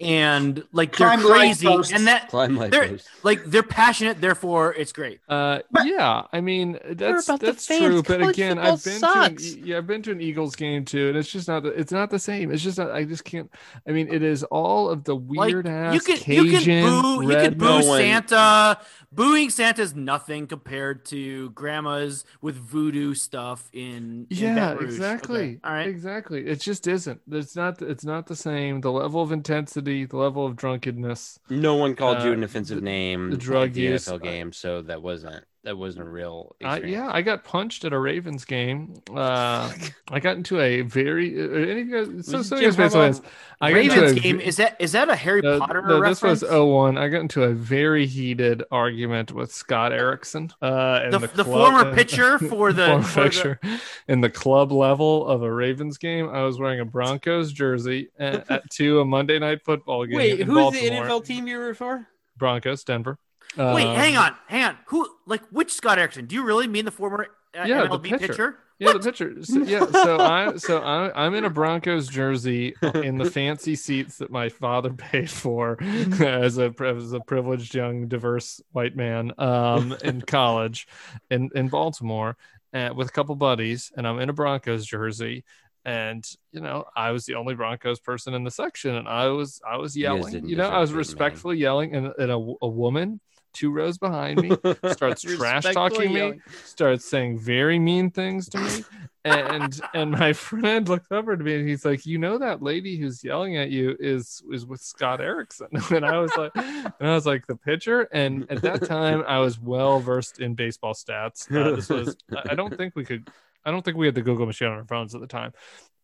and like they're
Climb light
crazy
posts.
and that
Climb life
they're
goes.
like they're passionate. Therefore, it's great.
uh
But-
yeah i mean that's
about the
that's
fans.
true but
College
again
football
i've been
sucks.
to an, E, yeah i've been to an eagles game too and it's just not the, it's not the same it's just not, i just can't i mean it is all of the
Like
weird ass
you can
cajun
you can boo you
red
can boo
nose-
no one-
Santa. Booing Santa's nothing compared to grandmas with voodoo stuff in, in
yeah
Baton Rouge.
exactly
Okay, All right.
exactly it just isn't it's not it's not the same the level of intensity the level of drunkenness
No one called you
uh,
an offensive
the-
name
the drug
at the
use,
NFL
uh,
game, so that wasn't that wasn't a real
I,
experience.
yeah, I got punched at a Ravens game. Uh, I got into a very uh, any of you guys. So,
Was
so
it
you guys
Jim
basically,
Harbaugh?
I got into
Ravens
a
game
ve-
is that is that a Harry
no,
Potter
no,
reference?
this was 01. I got into a very heated argument with Scott Erickson. Uh, and
the,
the,
the,
club-
former pitcher for the,
former
for the-
pitcher in the club level of a Ravens game. I was wearing a Broncos jersey at, at to a Monday night football game.
Wait,
in
who's the
Baltimore.
NFL team you were for?
Broncos, Denver.
Wait,
Um,
hang on, hang on. Who like which Scott Erickson? Do you really mean the former uh,
Yeah, the
MLB
pitcher.
pitcher?
Yeah, the picture. So, yeah, so I so I, I'm in a Broncos jersey in the fancy seats that my father paid for as a as a privileged young diverse white man um, in college in in Baltimore uh, with a couple buddies, and I'm in a Broncos jersey. And you know, I was the only Broncos person in the section, and I was I was
You guys
yelling.
didn't
You, know,
deserve
I was
it, man.
respectfully yelling, and, and a, a woman two rows behind me starts trash talking me, starts saying very mean things to me. And and my friend looks over to me and he's like, you know that lady who's yelling at you is is with Scott Erickson. And I was like, and I was like the pitcher. And at that time, I was well versed in baseball stats. Uh, this was I- I don't think we could I don't think we had the Google machine on our phones at the time.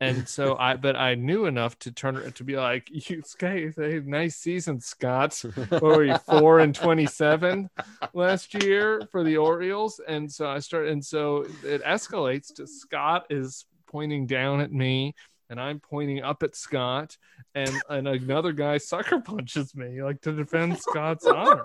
And so I but I knew enough to turn to be like, you Scott, hey, nice season, Scott what were you four and twenty seven last year for the Orioles? And so I start, and so it escalates to Scott is pointing down at me, and I'm pointing up at Scott, and and another guy sucker punches me like to defend Scott's honor.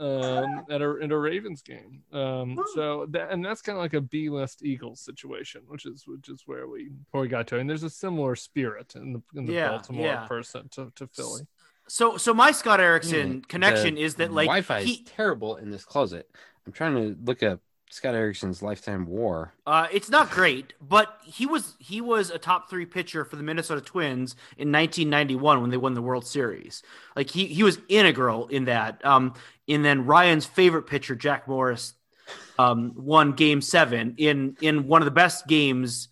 Um, at a at a Ravens game, um, so that and that's kind of like a B list Eagles situation, which is which is where we where we got to, and there's a similar spirit in the in the
Yeah,
Baltimore
yeah.
person to, to Philly.
So so my Scott Erickson connection
Mm, The
is that like
Wi-Fi is
he
terrible in this closet. I'm trying to look up Scott Erickson's lifetime WAR.
uh, it's not great, but he was he was a top three pitcher for the Minnesota Twins in 1991 when they won the World Series. Like he he was integral in that. Um, and then Ryan's favorite pitcher Jack Morris um, won Game Seven in in one of the best games,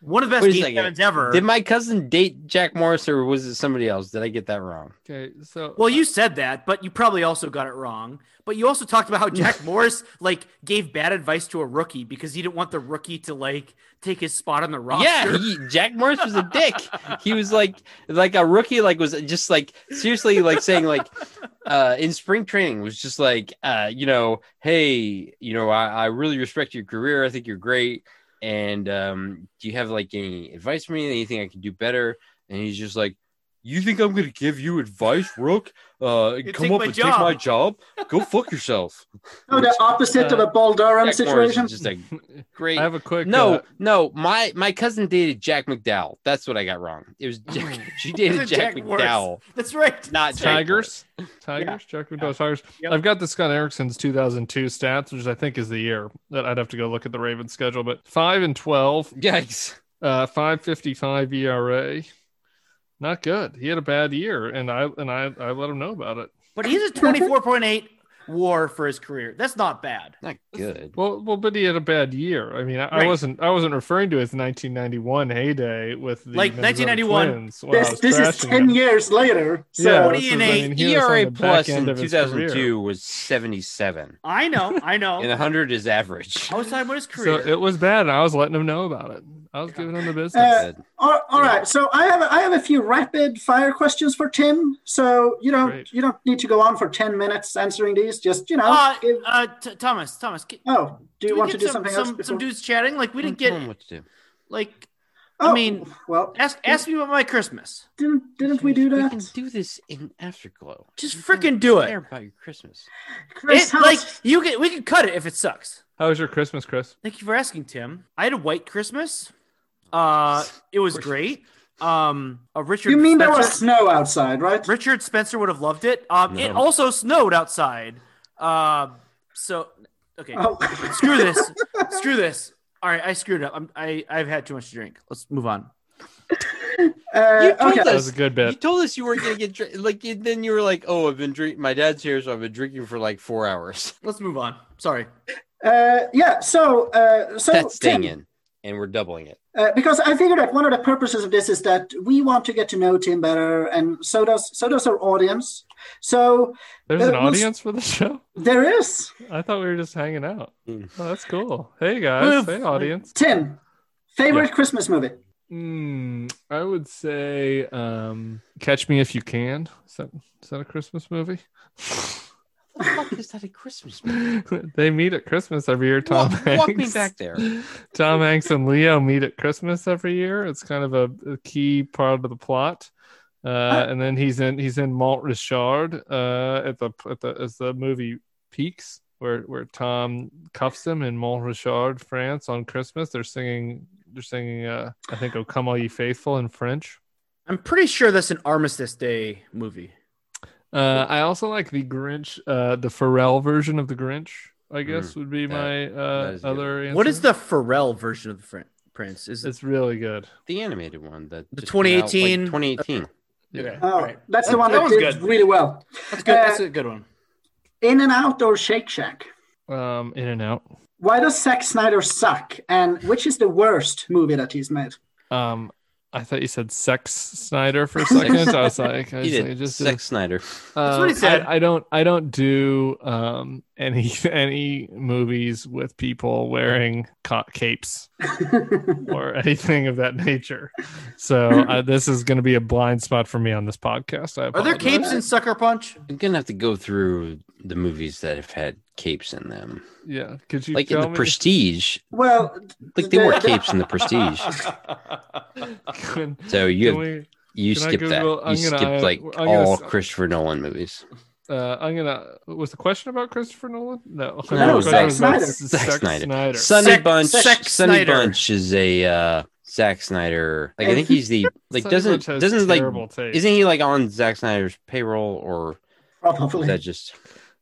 one of the
Wait a
best game
second.
sevens ever.
Did my cousin date Jack Morris or was it somebody else? Did I get that wrong?
Okay, so
Well, you said that, but you probably also got it wrong. But you also talked about how Jack Morris like gave bad advice to a rookie because he didn't want the rookie to like take his spot on the roster.
Yeah, he, Jack Morris was a dick. he was like like a rookie, like was just like seriously like saying like uh in spring training was just like uh you know, hey, you know, I, I really respect your career, I think you're great. And um, do you have like any advice for me? Anything I can do better? And he's just like, You think I'm gonna give you advice, Rook? Uh
You
come
take
up
my
and take my job? Go fuck yourself.
No, the opposite
Uh,
of a Bull Durham
Jack Morris
situation.
is just a great
I have a quick
no,
uh,
no, my my cousin dated Jack McDowell. That's what I got wrong. It was Jack, she dated
Is it
Jack,
Jack Morris?
McDowell,
That's right.
not Jack
Tigers, Tigers, Jack McDowell Tigers.
Yep.
I've got the Scott Erickson's 2002 stats, which I think is the year that I'd have to go look at the Ravens schedule. But uh, five and 12,
Morris. Yikes!
uh, 5.55 ERA, not good. He had a bad year, and I and I I let him know about it.
But he's a 24.8 war for his career. That's not bad.
Not good.
Well, well, but he had a bad year. I mean, I, I
Right.
wasn't I wasn't referring to his 1991 heyday with the
Like,
Minnesota
1991.
Twins when I
This,
was
this is
trashing him.
10 years later. So
Yeah,
What
this
do you
is- I
need?
mean, he was on
ERA
the back
E plus in
end of his
2002
career.
was 77,
I know. I know.
and 100 is average.
I was talking about his
So
career.
it was bad, and I was letting him know about it. I was giving him the business.
Uh,
Good.
All, all
Yeah.
right. So I have I have a few rapid fire questions for Tim. So you don't
Great.
you don't need to go on for ten minutes answering these. Just you know.
uh,
give-
uh, T- Thomas, Thomas, can,
oh, do Oh, you
we
want to do
get some,
something
some,
else?
Some
before- Mm-hmm.
dudes chatting. Like we didn't
Tell him
get
what to do.
like.
Oh,
I mean, uh,
well,
ask ask me about my Christmas.
didn't didn't we do
We
that?
can do this in Afterglow.
Just
You don't
frickin' do it.
Care about your Christmas.
Mm-hmm. Chris,
It-
how's-
like you can we can cut it if it sucks.
How was your Christmas, Chris?
Thank you for asking, Tim. I had a white Christmas. Uh, it was great. Um, uh, Richard.
you mean there
Spencer-
was snow outside, right?
Richard Spencer would have loved it. Um, it
No.
also snowed outside. Um, so okay,
Oh.
screw this, screw this. All right, I screwed up. I'm, I I've had too much to drink. Let's move on.
Uh,
You told
okay.
That
us
was a good
You
bit.
told us you weren't gonna get drink. Like you- then you were like, "Oh, I've been drinking. My dad's here, so I've been drinking for like four hours."
Let's move on. Sorry.
Uh, yeah. So uh, so
That's staying
Tim,
in, and we're doubling it.
Uh, because I figure that one of the purposes of this is that we want to get to know Tim better, and so does so does our audience. So
There's an
It was-
audience for the show.
there is
I thought we were just hanging out.
Mm.
Oh, that's cool. Hey guys,
Move.
hey audience.
Tim, favorite Christmas movie.
Mm, I would say um, "Catch Me If You Can." Is that is that a Christmas movie?
What the fuck is that a Christmas? movie?
they meet at Christmas every year. Tom
Walk,
Hanks.
walk me back there.
Tom Hanks and Leo meet at Christmas every year. It's kind of a, a key part of the plot. Uh, and then he's in he's in Mont Richard uh, at the at the as the movie peaks where where Tom cuffs him in Mont Richard, France on Christmas. They're singing they're singing uh, I think "O Come All Ye Faithful" in French.
I'm pretty sure that's an Armistice Day movie.
Uh, I also like the Grinch, uh, the Pharrell version of the Grinch. I guess would be
Mm-hmm. that-
my
that
uh,
is good.
other. Answer.
What is the Pharrell version of the Fran- Prince? Is it
It's really good.
The animated one. That
The
just came out, like,
2018
2018.
okay?
Oh,
all right.
that's the
That-
one
that
that,
one's
did
good.
really well.
That's good. that's a good one.
In and Out or Shake Shack?
Um, In and Out.
Why does Zack Snyder suck? And which is the worst movie that he's made?
Um, I thought you said Sex Snyder for a second. I was like, I
He
just, I
did.
just uh,
Zack Snyder.
That's
what he said.
I, I don't. I don't do um any any movies with people wearing ca- capes or anything of that nature. So uh, this is going to be a blind spot for me on this podcast. I
Are there
apologize.
capes in Sucker Punch?
I'm gonna have to go through the movies that have had capes in them,
Yeah, could you
like in
tell
the
me?
Prestige.
Well,
Like they wore capes in the Prestige.
Can-
So
can
you have,
we-
you
can I
skipped that.
Google-
You
I'm gonna-
skipped
I-
like
I'm gonna
all
s-
Christopher Nolan movies.
uh, I'm gonna. Was the question about Christopher Nolan? No,
No,
The question
Zack
was about
Snyder.
S-
Zack
Zack
Snyder.
Snyder.
Sunny
Zack-
Bunch.
Zack
Sunny
Snyder.
Bunch is a uh, Zack Snyder. Like I think he's the like
Sunny
doesn't
Bunch has
doesn't like
terrible taste.
isn't he like on Zack Snyder's payroll or is
probably.
that just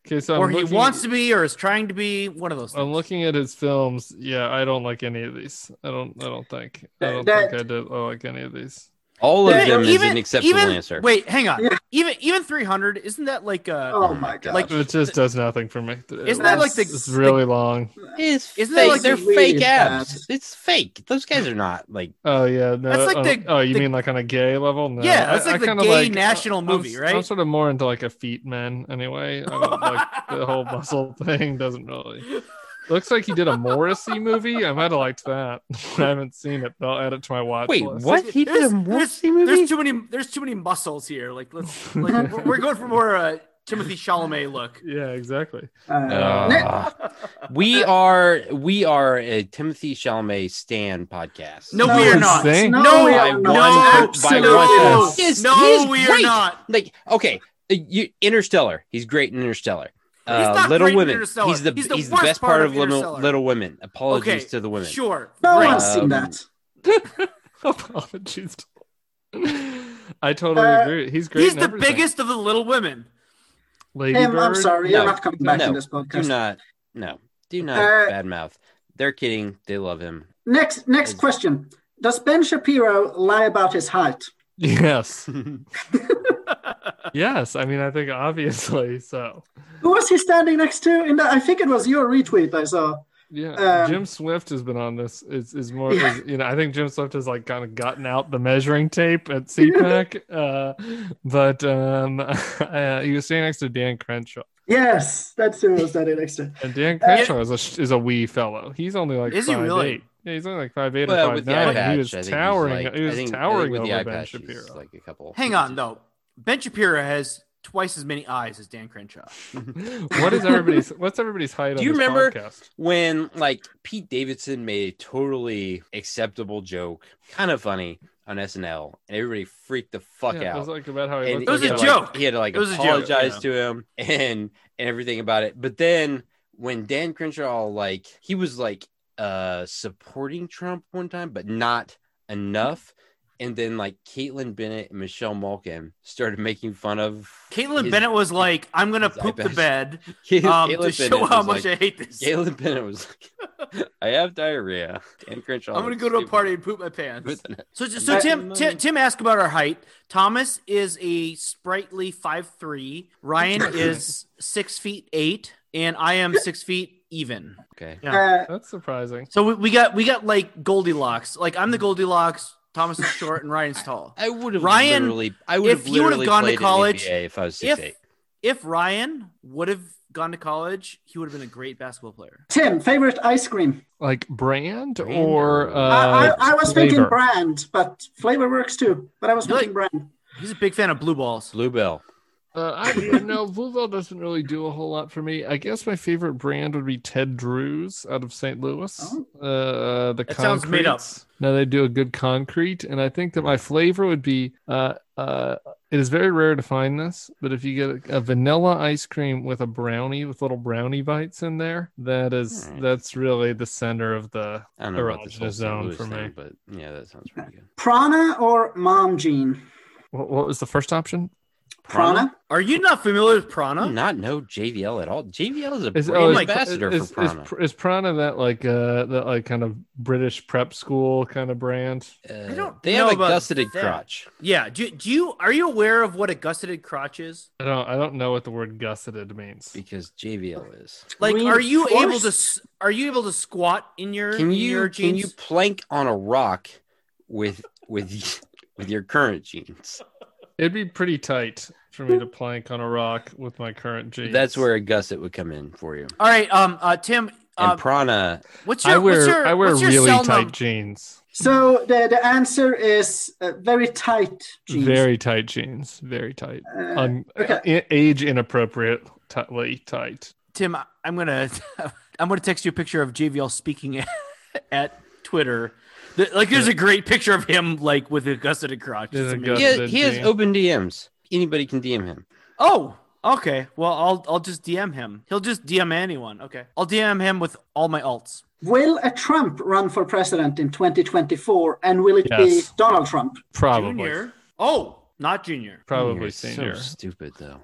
Okay, so
or
I'm
he
looking-
wants to be, or is trying to be. One of those.
I'm
Things.
looking at his films. Yeah, I don't like any of these. I don't. I don't think. I don't
That-
think I did I like any of these.
all of
Wait,
them is
even-
an acceptable
even-
answer?
Wait, hang on.
Yeah.
Even even 300 isn't that like a
oh my god!
like
It just does nothing for me.
Isn't that
like the-
It's really long.
It's
Isn't that
fake.
like
They're
really
fake
bad?
abs. It's fake. Those guys are not like
Oh yeah, no.
That's like
oh,
the-
oh, you
the-
mean like on a gay level? No,
Yeah, that's
I- I
like the
kinda
gay national
I'm-
movie,
I'm,
right?
sort of more into like a feet man anyway. I don't like the whole muscle thing. Doesn't really. Looks like he did a Morrissey movie. I might have liked that. I haven't seen it, but I'll add it to my watch
Wait,
list.
what? He did a
There's-
Morrissey
there's,
movie?
there's too many there's too many muscles here. Like let's like we're, we're going for more uh, Timothy Chalamet look.
Yeah, exactly.
Uh,
Uh, we are we are a Timothy Chalamet stan podcast.
No, we are not.
Thank-
No,
No,
we
by
are
one,
not.
by
Absolutely
one.
not.
Yes.
Yes,
No,
he is
we are
great.
not.
Like, okay, uh, you, Interstellar. He's great in Interstellar. Uh,
not
Little
great in
Women.
Interstellar.
He's the
He's
he's
the
the,
worst
best
part
part
of
of Little,
Interstellar.
Little Women. Apologies
Okay,
to the women.
Sure.
No
Right.
one's seen
Um,
that.
Apologies. I totally
Uh,
agree. He's great.
He's
in
the
everything.
biggest of the little women.
Lady
Tim, I'm
Bird.
sorry,
No,
you're not coming back
no,
in this
Do
podcast.
not, no, do not
Uh,
badmouth. They're kidding. They love him.
Next, next
Is-
question: Does Ben Shapiro lie about his height?
Yes. yes. I mean, I think obviously so.
Who was he standing next to? In that, I think it was your retweet I saw.
Yeah.
Um,
Jim Swift has been on this. Is is more.
Yeah.
Is, you know, I think Jim Swift has like kind of gotten out the measuring tape at CPAC. uh, but um, uh, he was standing next to Dan Crenshaw,
Yes, that's who was standing next to.
and Dan Crenshaw is a sh- is a wee fellow. He's only like
Is he
five
really?
eight. Yeah, he's only like five eight
Well,
or
with
five
the
nine.
eye patch,
he
I
was
think he's
towering.
like-
he was
I think- I think
towering
with the
over
eye
Ben
patch, he's
Shapiro.
Like a couple.
Hang on, though. Ben Shapiro has twice as many eyes as Dan Crenshaw.
what is everybody's? What's everybody's height? on
Do you
this
remember-
Podcast?
when like Pete Davidson made a totally acceptable joke, kind of funny on SNL, and everybody freaked the fuck
Yeah, It
out.
was like about how he
And
looked
It was
he
like
a
had
that.
to, like-
joke.
he had to like
It was a joke,
apologize
yeah.
to him and and everything about it. But then when Dan Crenshaw like he was like uh supporting Trump one time, but not enough. And then like Caitlyn Bennett and Michelle Malkin started making fun of
Caitlin
his-
Bennett was like, I'm going to
his eye
poop the
patch.
bed
Caitlyn
um, to
Bennett
show
was
how
like-
much I hate this.
Galen Bennett was like, I have diarrhea. Dan Crenshaw.
I'm going
looks
to go to a
stupid.
party and poop my pants.
With an-
So, so
I-
Tim, Tim, Tim asked about our height. Thomas is a sprightly five three. Ryan is six feet eight, and I am six feet even.
Okay.
Uh,
That's surprising.
So we, we got we got like Goldilocks. Like I'm the Goldilocks. Thomas is short and Ryan's tall.
I would have
Ryan,
literally, I would
if
have
you would have
literally
gone to
played in the
college,
NBA if I was six
If
eight.
if Ryan would have gone to college, he would have been a great basketball player.
Tim, favorite ice cream?
Like brand,
Brand
or
or-
uh,
I, I, I was thinking
flavor?
brand, but flavor works too. But I was
You like-
thinking brand.
He's a big fan of blue balls.
Bluebell.
Uh, I don't know. Louisville doesn't really do a whole lot for me. I guess my favorite brand would be Ted Drew's out of St. Louis.
Oh.
Uh, the
That sounds made up.
concretes. No, they do a good concrete, and I think that my flavor would be. Uh, uh, it is very rare to find this, but if you get a, a vanilla ice cream with a brownie with little brownie bites in there, that is
Alright.
that's really the center of the
I don't know about this whole St.
erogenous zone
Louis
for
thing,
me.
but yeah, that sounds pretty good.
Prana or mom jean?
What, what was the first option?
Prana.
Are you not familiar with
I do
Prana?
not know JVL at all. JVL is a
Is,
brand
oh, is,
ambassador
is,
for Prana.
Is, is Prana that like uh that like kind of British prep school kind of brand?
Uh,
I don't
they
know
have a
about
gusseted
that.
crotch.
Yeah. Do, do you are you aware of what a gusseted crotch is?
I don't I don't know what the word gusseted means.
Because JVL is.
Like, are you able
Reinforced.
to s- are you able to squat in your
Can
in your
you can
jeans?
you plank on a rock with with with your current jeans?
It'd be pretty tight for me to plank on a rock with my current jeans.
That's where a gusset would come in for you.
All right, um, uh, Tim,
And
uh,
Prana
what's your
I wear
what's your,
I wear
what's your
really
cell
tight
number?
jeans.
So the, the answer is uh, very tight jeans.
Very tight jeans. Very tight.
Uh,
Un-
okay.
i- age inappropriate tightly tight.
Tim, I- I'm gonna I'm gonna text you a picture of JVL speaking at, at Twitter. The- like, there's a great picture of him like with a gusseted crotch.
There's
It's
a
amazing.
gus-
he
Gusseted
has, he has
jeans.
open DMs. Anybody can DM him.
oh, okay. Well, I'll I'll just DM him. He'll just DM anyone. Okay, I'll DM him with all my alts.
Will a Trump run for president in 2024, and will it
Yes.
be Donald Trump?
Probably.
Junior. Oh, not junior.
Probably
You're so
senior.
stupid though.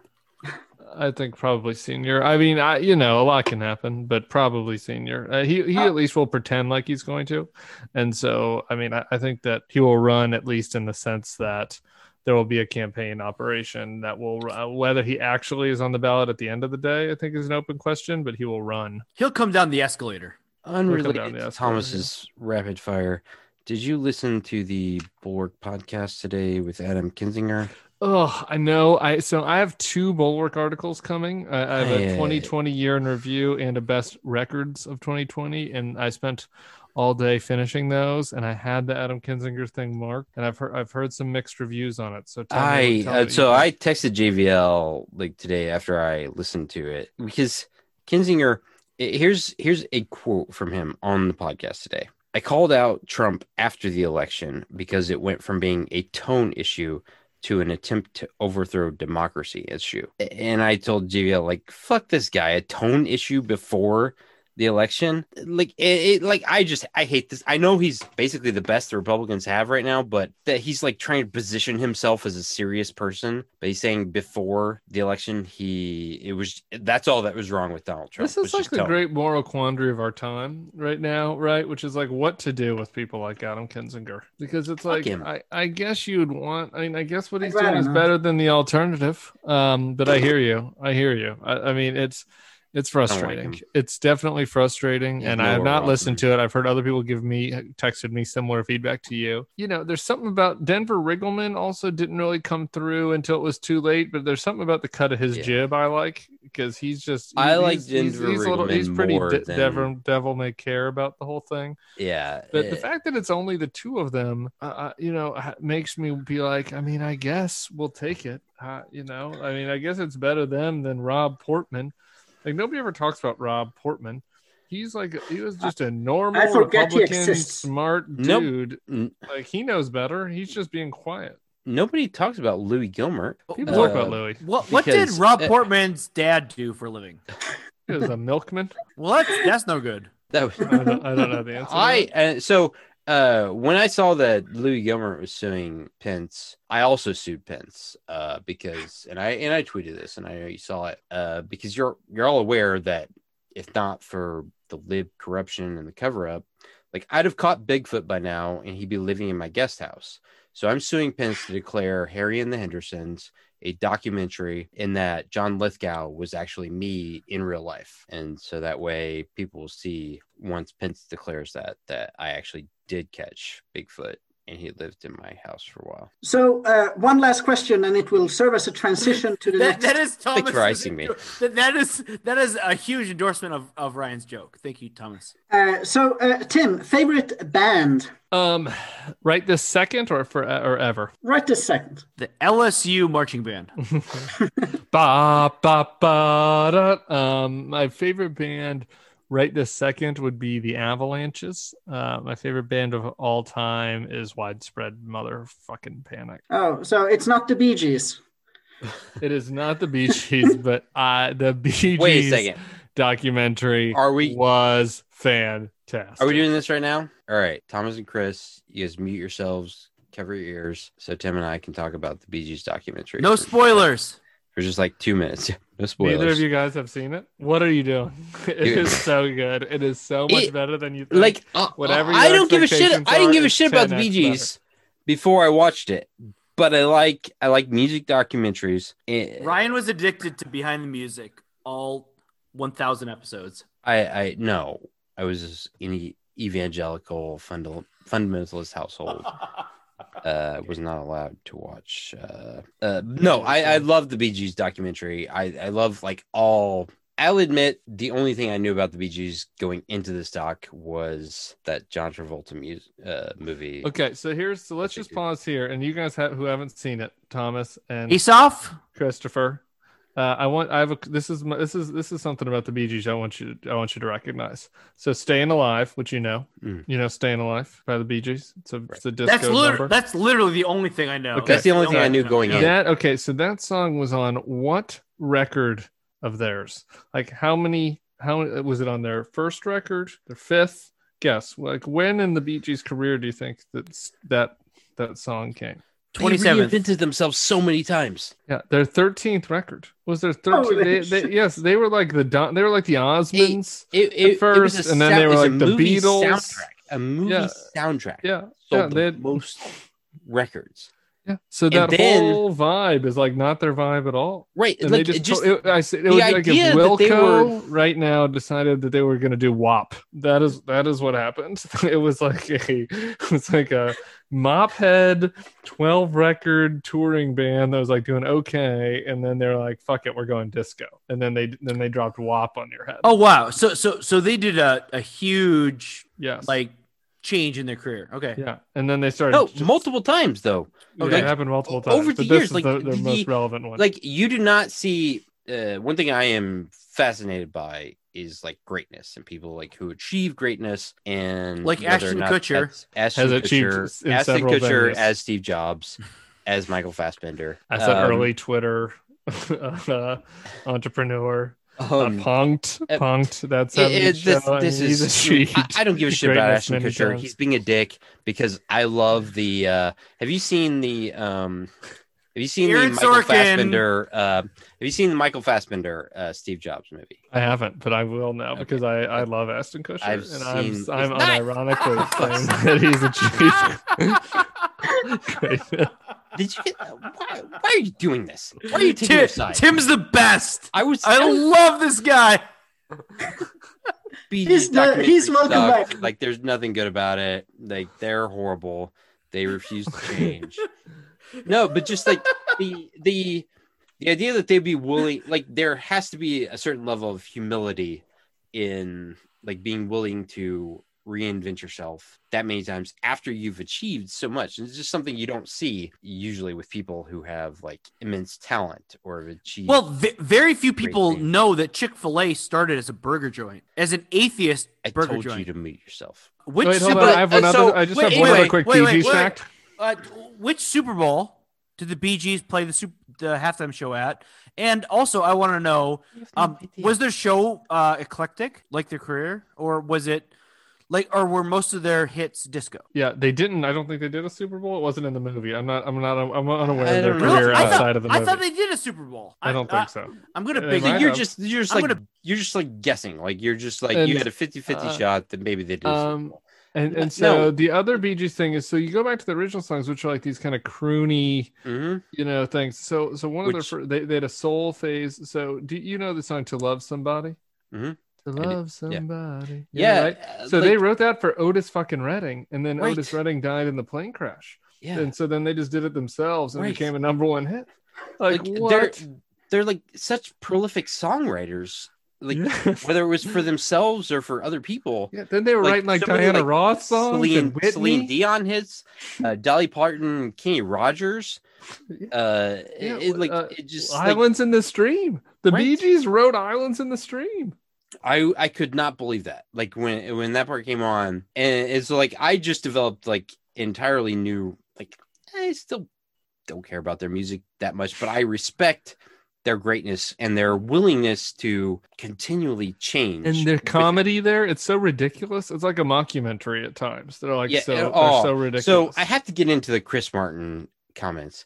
I think probably senior. I mean, I you know a lot can happen, but probably senior. Uh, he he at least will pretend like he's going to, and so I mean, I, I think that he will run at least in the sense that there will be a campaign operation that will uh, whether he actually is on the ballot at the end of the day. I think is an open question, but he will run.
He'll come down the escalator.
down
Unrelated
the
to
escalator,
Thomas's rapid fire. Did you listen to the Bulwark podcast today with Adam Kinzinger?
Oh, I know. I so I have two Bulwark articles coming. I, I have a
Hey.
2020 year in review and a best records of 2020, and I spent all day finishing those. And I had the Adam Kinzinger thing marked, and I've heard I've heard some mixed reviews on it. So tell me,
I
tell me
uh,
what you
so I
think.
texted JVL like today after I listened to it because Kinzinger i- here's here's a quote from him on the podcast today. I called out Trump after the election because it went from being a tone issue to an attempt to overthrow democracy issue. A- And I told JVL like fuck this guy a tone issue before the election. Like it, it like I just I hate this. I know he's basically the best the Republicans have right now, but that he's like trying to position himself as a serious person. But he's saying before the election, he it was that's all that was wrong with Donald Trump.
This is
was
like
just
the
tone.
great moral quandary of our time right now, right? Which is like what to do with people like Adam Kinzinger. Because it's like
him.
I, I guess you'd want I mean I guess what
I'd
he's doing
rather
is
not.
better than the alternative. Um, but I hear you. I hear you. I, I mean it's it's frustrating.
him.
it's definitely frustrating.
Yeah,
and
no,
I have
we're
not
wrong.
listened to it. I've heard other people give me texted me similar feedback to you. You know, there's something about Denver Riggleman also didn't really come through until it was too late, but there's something about the cut of his
Yeah.
jib I like because he's just
I
he's-
like
he's- he's,
Denver
he's, a little, he's
Riggleman
pretty
more
de-
than-
devil, devil may care about the whole thing.
yeah.
But
eh,
the fact that it's only the two of them, uh, uh, you know, ha- makes me be like, I mean, I guess we'll take it. Uh, you know, I mean, I guess it's better them than Rob Portman. Like nobody ever talks about Rob Portman. He's like he was just a normal
I forget he
Republican,
exists.
smart
Nope. Mm.
dude.
N-
Like he knows better. He's just being quiet.
nobody talks about Louis Gilmer.
People
Uh,
talk about Louis.
What what did
Because-
Rob Portman's dad do for a living?
He was a milkman.
Well, that's, that's no good.
That was,
I don't, I don't know the answer. to
I
that.
uh, so uh when I saw that Louis Gilmer was suing Pence, I also sued Pence uh because and I and I tweeted this and I know you saw it uh because you're you're all aware that if not for the lib corruption and the cover up, like I'd have caught Bigfoot by now and he'd be living in my guest house. So I'm suing Pence to declare Harry and the Hendersons a documentary in that John Lithgow was actually me in real life. And so that way people will see once Pence declares that that I actually did catch Bigfoot and he lived in my house for a while.
So uh, one last question, and it will serve as a transition to the
That,
next.
that is Thomas.
for icing me.
That, that is that is a huge endorsement of, of Ryan's joke. Thank you, Thomas.
Uh, so uh, Tim, favorite band
um, right this second or for or ever.
right this second.
The LSU marching band.
ba ba ba da. Um, my favorite band right this second would be the Avalanches. Uh, my favorite band of all time is Widespread Motherfucking Panic.
Oh, so it's not the Bee Gees.
It is not the Bee Gees, but uh, the Bee Gees
Wait a second.
documentary
Are we-
was fantastic.
Are we doing this right now? All right, Thomas and Chris, you guys mute yourselves, cover your ears, so Tim and I can talk about the Bee Gees documentary.
No
for-
spoilers.
for just like two minutes. No spoilers.
Neither of you guys have seen it. What are you doing? It
Dude.
is so good. It is so much
It-
better than you think.
like uh,
whatever
I
your
don't give a shit.
expectations
I didn't
are,
give a
it's
shit about the
10x
Bee Gees before I watched it, but I like I like music documentaries. Eh,
Ryan was addicted to behind the music all 1,000 episodes.
I I no, I was just in the evangelical fundal, fundamentalist household. Uh, was not allowed to watch. Uh, uh, no, I, I love the Bee Gees documentary. I, I love like all. I'll admit the only thing I knew about the Bee Gees going into this doc was that John Travolta mus uh, movie.
Okay, so here's so let's
Okay,
just
good.
pause here, and you guys have, who haven't seen it, Thomas and
Aesop,
Christopher. Uh, I want. I have a. This is my, this is this is something about the Bee Gees. I want you. To, I want you to recognize. So, "Staying Alive," which you know,
Mm.
you know, "Staying Alive" by the Bee Gees. It's a, it's a disco
that's, lit-
number.
that's literally the only thing I know.
Okay. That's
the only thing I knew going in.
That okay. So that song was on what record of theirs? Like how many? How was it on their first record? Their fifth? Guess. Like when in the Bee Gees' career do you think that's that that song came?
Twenty
They
seventh.
reinvented themselves so many times.
Yeah, their thirteenth record was their thirteenth.
Holy
they,
shit.
they, yes, they were like the Don, they were like the Osmonds.
It,
At
it,
first,
it was a
and then
sou-
they were
it's a
like the
movie
Beatles.
soundtrack, a movie
Yeah.
soundtrack.
yeah,
sold
yeah,
the
they had-
most records.
yeah. So
And
that
then-
whole vibe is like not their vibe at all.
Right,
And
like
they just,
it just
told- it, uh, I said, it
the
would be like if
idea that they
Wilco right now decided that they were going to do WAP. That is that is what happened. It was like a it was like a mop head 12 record touring band that was like doing okay and then they're like fuck it we're going disco and then they then they dropped WAP on your head.
Oh wow! So so so they did a, a huge
yes.
like change in their career. Okay.
yeah. And then they started
no
just-
multiple times though.
yeah,
okay.
it happened multiple times.
Over the
but this
years,
is
like,
the, their
the-
most relevant one.
Like you do not see uh, one thing I am fascinated by is like greatness and people like who achieve greatness and
Like
whether or
Ashton
not
Kutcher.
that's Ashton
Has achieved
Kutcher,
in
Ashton
several
Kutcher
venues.
as Steve Jobs, as Michael Fassbender.
as an
Um,
early Twitter uh, entrepreneur.
Um,
Not punked,
uh,
punked. That's
it-
how
it-
you
this,
show, and
this
he's a
is
cheat.
I, I don't give a
He's
shit
great
about
enough
Ashton
many
Kutcher.
times.
He's being a dick because I love the. Uh, have you seen the? Um, have you seen
Aaron
the Michael
Sorkin.
Fassbender? Uh, have you seen the Michael Fassbender uh, Steve Jobs movie?
I haven't, but I will now
Okay.
because I, I love Aston Kutcher,
I've
and I'm
seen-
I'm
Nice!
unironically saying that he's a cheat. Great.
Did you? Get, why, why are you doing this? Why are you taking
Tim,
your side?
Tim's the best.
I was.
I love this guy.
be
He's
these
the-
documentaries
he's welcome
suck.
back.
Like there's nothing good about it. Like they're horrible. They refuse to change. no, but just like the the the idea that they'd be willing like there has to be a certain level of humility in like being willing to reinvent yourself that many times after you've achieved so much and it's just something you don't see usually with people who have like immense talent or have achieved
Well, v- very few people
thing.
know that Chick Fil A started as a burger joint, as an atheist
i
burger
told you
joint.
to mute yourself
Which
Wait, hold
Super-
on. I have
uh,
one other.
so-
I just
wait,
have one
wait,
other quick
wait,
PG
wait, wait.
fact.
uh, which Super Bowl did the BGs play the super, the halftime show at? And also, I want to know, um, was their show uh, eclectic, like their career, or was it like, or were most of their hits disco?
Yeah, they didn't. I don't think they did a Super Bowl. It wasn't in the movie. I'm not. I'm not. I'm unaware
I
of their
don't know.
career
I thought-
outside of the
I
movie.
thought they did a Super Bowl.
I don't think so.
I, am gonna
They
big.
might
Like you're
have.
just you're just
I'm
like
gonna-
you're just like guessing. Like you're just like you
And,
had a 50-50
uh,
shot that maybe they did.
um, And
No.
and so the other Bee Gees thing is so you go back to the original songs, which are like these kind of croony,
hmm
you know, things. So so one of their
Which-
fir- they they had a soul phase. So do you know the song "To Love Somebody"?
Mhm.
To
do.
love
Yeah.
somebody.
yeah.
right?
uh,
So
like-
they wrote that for Otis fucking Redding, and then
Right.
Otis Redding died in the plane crash,
yeah.
and so then they just did it themselves and
Right.
it became a number one hit. Like,
Like, they're
what?
they're like such prolific songwriters. Like
Yeah.
whether it was for themselves or for other people.
Yeah, then they were
Like,
writing like
somebody
Diana
like
Ross songs
Celine,
and Whitney.
Celine Dion hits, uh, Dolly Parton, Kenny Rogers.
Yeah.
Uh,
Yeah,
it, like
uh,
it just like,
Islands in the Stream. The
Right.
Bee Gees wrote Islands in the Stream.
I I could not believe that. Like when when that part came on, and it's like I just developed like entirely new. Like I still don't care about their music that much, but I respect their greatness and their willingness to continually change.
And their comedy there, it's so ridiculous. It's like a mockumentary at times. They're like
Yeah,
so
at
they're
all.
so
So
ridiculous.
I have to get into the Chris Martin comments.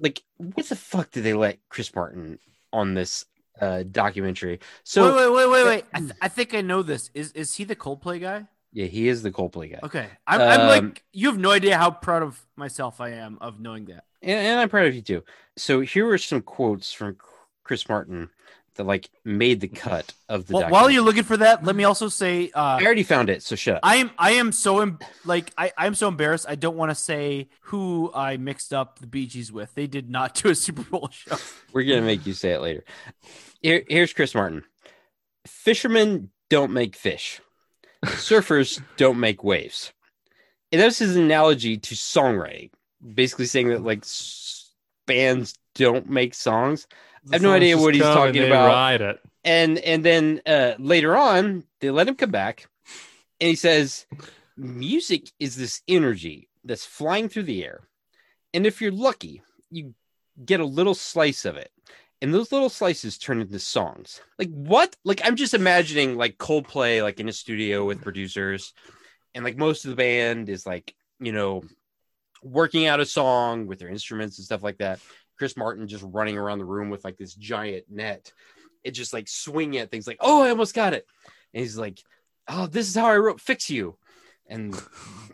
Like, what the fuck did they let Chris Martin on this uh documentary? So
wait, wait, wait, wait, wait. I, th- I think I know this. Is is he the Coldplay guy?
yeah, he is the Coldplay guy.
Okay, I'm, I'm
Um,
like you have no idea how proud of myself I am of knowing that.
and, and I'm proud of you too. So here are some quotes from Chris Martin that like made the cut of the.
Well, while
documentary.
you're looking for that, let me also say uh,
I already found it, so shut up.
I am I am so em- like I I'm so embarrassed. I don't want to say who I mixed up the Bee Gees with. They did not do a Super Bowl show.
We're gonna make you say it later. Here, here's Chris Martin. Fishermen don't make fish. Surfers don't make waves. And that's his analogy to songwriting, basically saying that like s- bands don't make songs. I have no
Songs
idea
just
what he's
come and
talking
they
about.
Ride it.
and and then uh later on they let him come back and he says music is this energy that's flying through the air and if you're lucky you get a little slice of it and those little slices turn into songs like what like i'm just imagining like coldplay like in a studio with producers and like most of the band is like you know working out a song with their instruments and stuff like that chris martin just running around the room with like this giant net and just like swinging at things like oh i almost got it and he's like oh this is how i wrote fix you and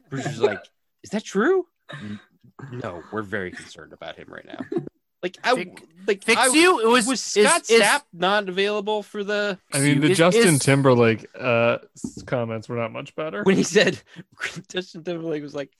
bruce is like is that true "N- no we're very concerned about him right now like i
Fix-
like
Fix
I,
you. It was,
was
is-
Scott
is-
Stapp not available for the
I mean, the
Is-
Justin
is-
Timberlake uh, s- comments were not much better.
when he said Justin Timberlake was like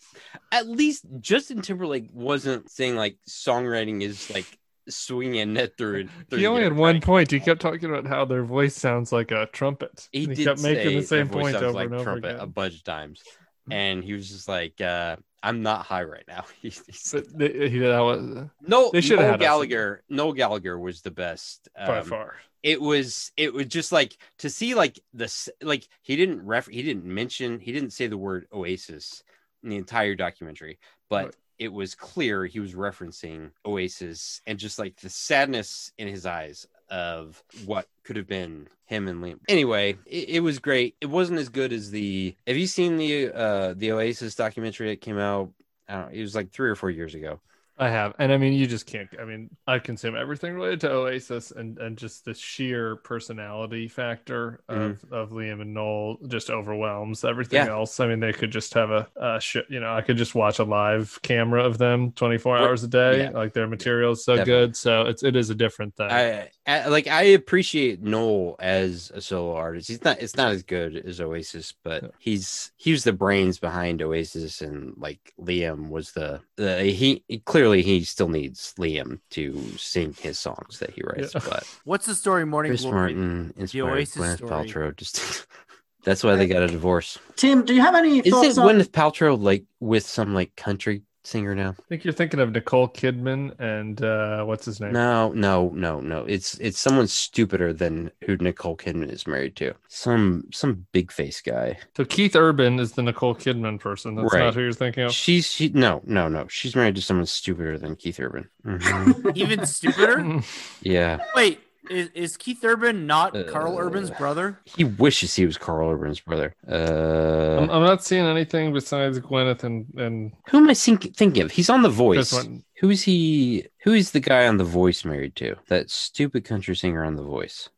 at least Justin Timberlake wasn't saying like songwriting is like swinging a net through. through
He only
the
had
air,
one
right?
point. He kept talking about how their voice sounds like a trumpet.
He,
And
did
kept making the same point over
like
and over
trumpet a
again.
bunch of times, and he was just like, uh, "I'm not high right now." He- he said-
But they, he, that was
no,
they should've
Noel
had us.
Gallagher. Noel Gallagher was the best.
by
um,
far.
it was it was just like to see like this like he didn't ref he didn't mention he didn't say the word oasis in the entire documentary but
Right.
it was clear he was referencing oasis and just like the sadness in his eyes of what could have been him and Liam. Anyway, it, it was great. It wasn't as good as the. Have you seen the uh the Oasis documentary that came out? I don't, it was like three or four years ago.
I have, and I mean, you just can't. I mean, I consume everything related to Oasis, and and just the sheer personality factor of of Liam and Noel just overwhelms everything
Mm-hmm. Yeah.
else. I mean, they could just have a, a sh- you know, I could just watch a live camera of them twenty four
Right.
hours a day.
Yeah.
Like their material is so
Definitely.
good, so it's it is a different thing.
I, I like I appreciate Noel as a solo artist. He's not it's not as good as Oasis, but he's he was the brains behind Oasis and like Liam was the, the he clearly he still needs Liam to sing his songs that he writes,
Yeah.
but
What's the story? Morning
Chris
Glory.
Martin inspired
Oasis
Gwyneth
story.
Paltrow just That's why they got a divorce.
Tim, do you have any
Is
thoughts
it
on
Gwyneth Paltrow like with some like country singer now?
think you're thinking of Nicole Kidman and uh, what's his name?
No, no, no, no. It's it's someone stupider than who Nicole Kidman is married to. Some some big face guy.
So Keith Urban is the Nicole Kidman person. That's
Right.
not who you're thinking of.
She's she no no no. She's married to someone stupider than Keith Urban. Mhm.
Even stupider.
yeah,
Wait, is, is Keith Urban not
Uh,
Carl Urban's brother?
he wishes he was Carl Urban's brother. Uh,
I'm, I'm not seeing anything besides Gwyneth and and
who am I think, thinking of? He's on The Voice.
Chris Martin.
Who is he? Who is the guy on The Voice married to? That stupid country singer on The Voice.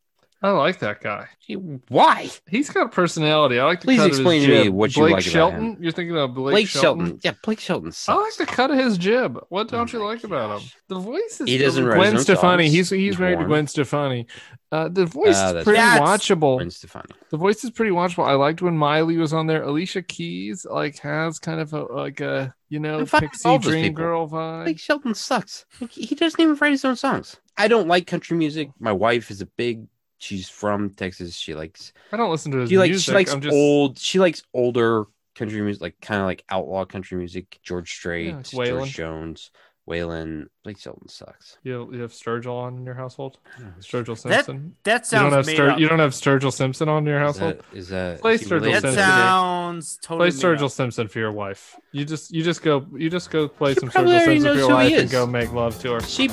I like that guy.
Gee, Why?
He's got personality. I like the
Please
cut of his
explain to me
jib.
what you
Blake
like about
Shelton.
him.
You're thinking of Blake,
Blake,
Shelton.
Shelton. Yeah, Blake Shelton.
I
Sucks.
like the cut of his jib. What
Oh
don't you
my
like about him?
gosh.
The voice is
He doesn't write his
Gwen
own
Stefani.
songs.
He's he's
He's
married to
warm.
Gwen Stefani. Uh, the voice
Ah,
is
that's
pretty
right. That's-
watchable.
Gwen Stefani.
The voice is pretty watchable. I liked when Miley was on there. Alicia Keys like has kind of a like a you know
I'm fine with
pixie
all those
dream
people.
girl vibe.
Blake Shelton sucks. Like, he doesn't even write his own songs. I don't like country music. My wife is a big. She's from Texas. She likes.
I don't listen to his
She likes.
music.
She likes
I'm just
old. She likes older country music, like kind of like outlaw country music. George Strait,
like Waylon.
George Jones, Waylon. Blake Shelton sucks.
You, you have Sturgill on in your household.
Oh,
Sturgill
That
Simpson.
That
you don't
sounds
have
made
Stur-
up.
you don't have Sturgill Simpson on in your
Is
household.
that, is that
Play
is he
Sturgill
related
that
to
Simpson.
Nick?
sounds
play
totally. made
Sturgill
up.
Simpson for your wife. You just you just go you just go play
She
some
probably
Sturgill
already
Simpson
knows
for your
who he
wife and
is.
go make love to her.
She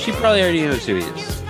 she probably already knows who he is.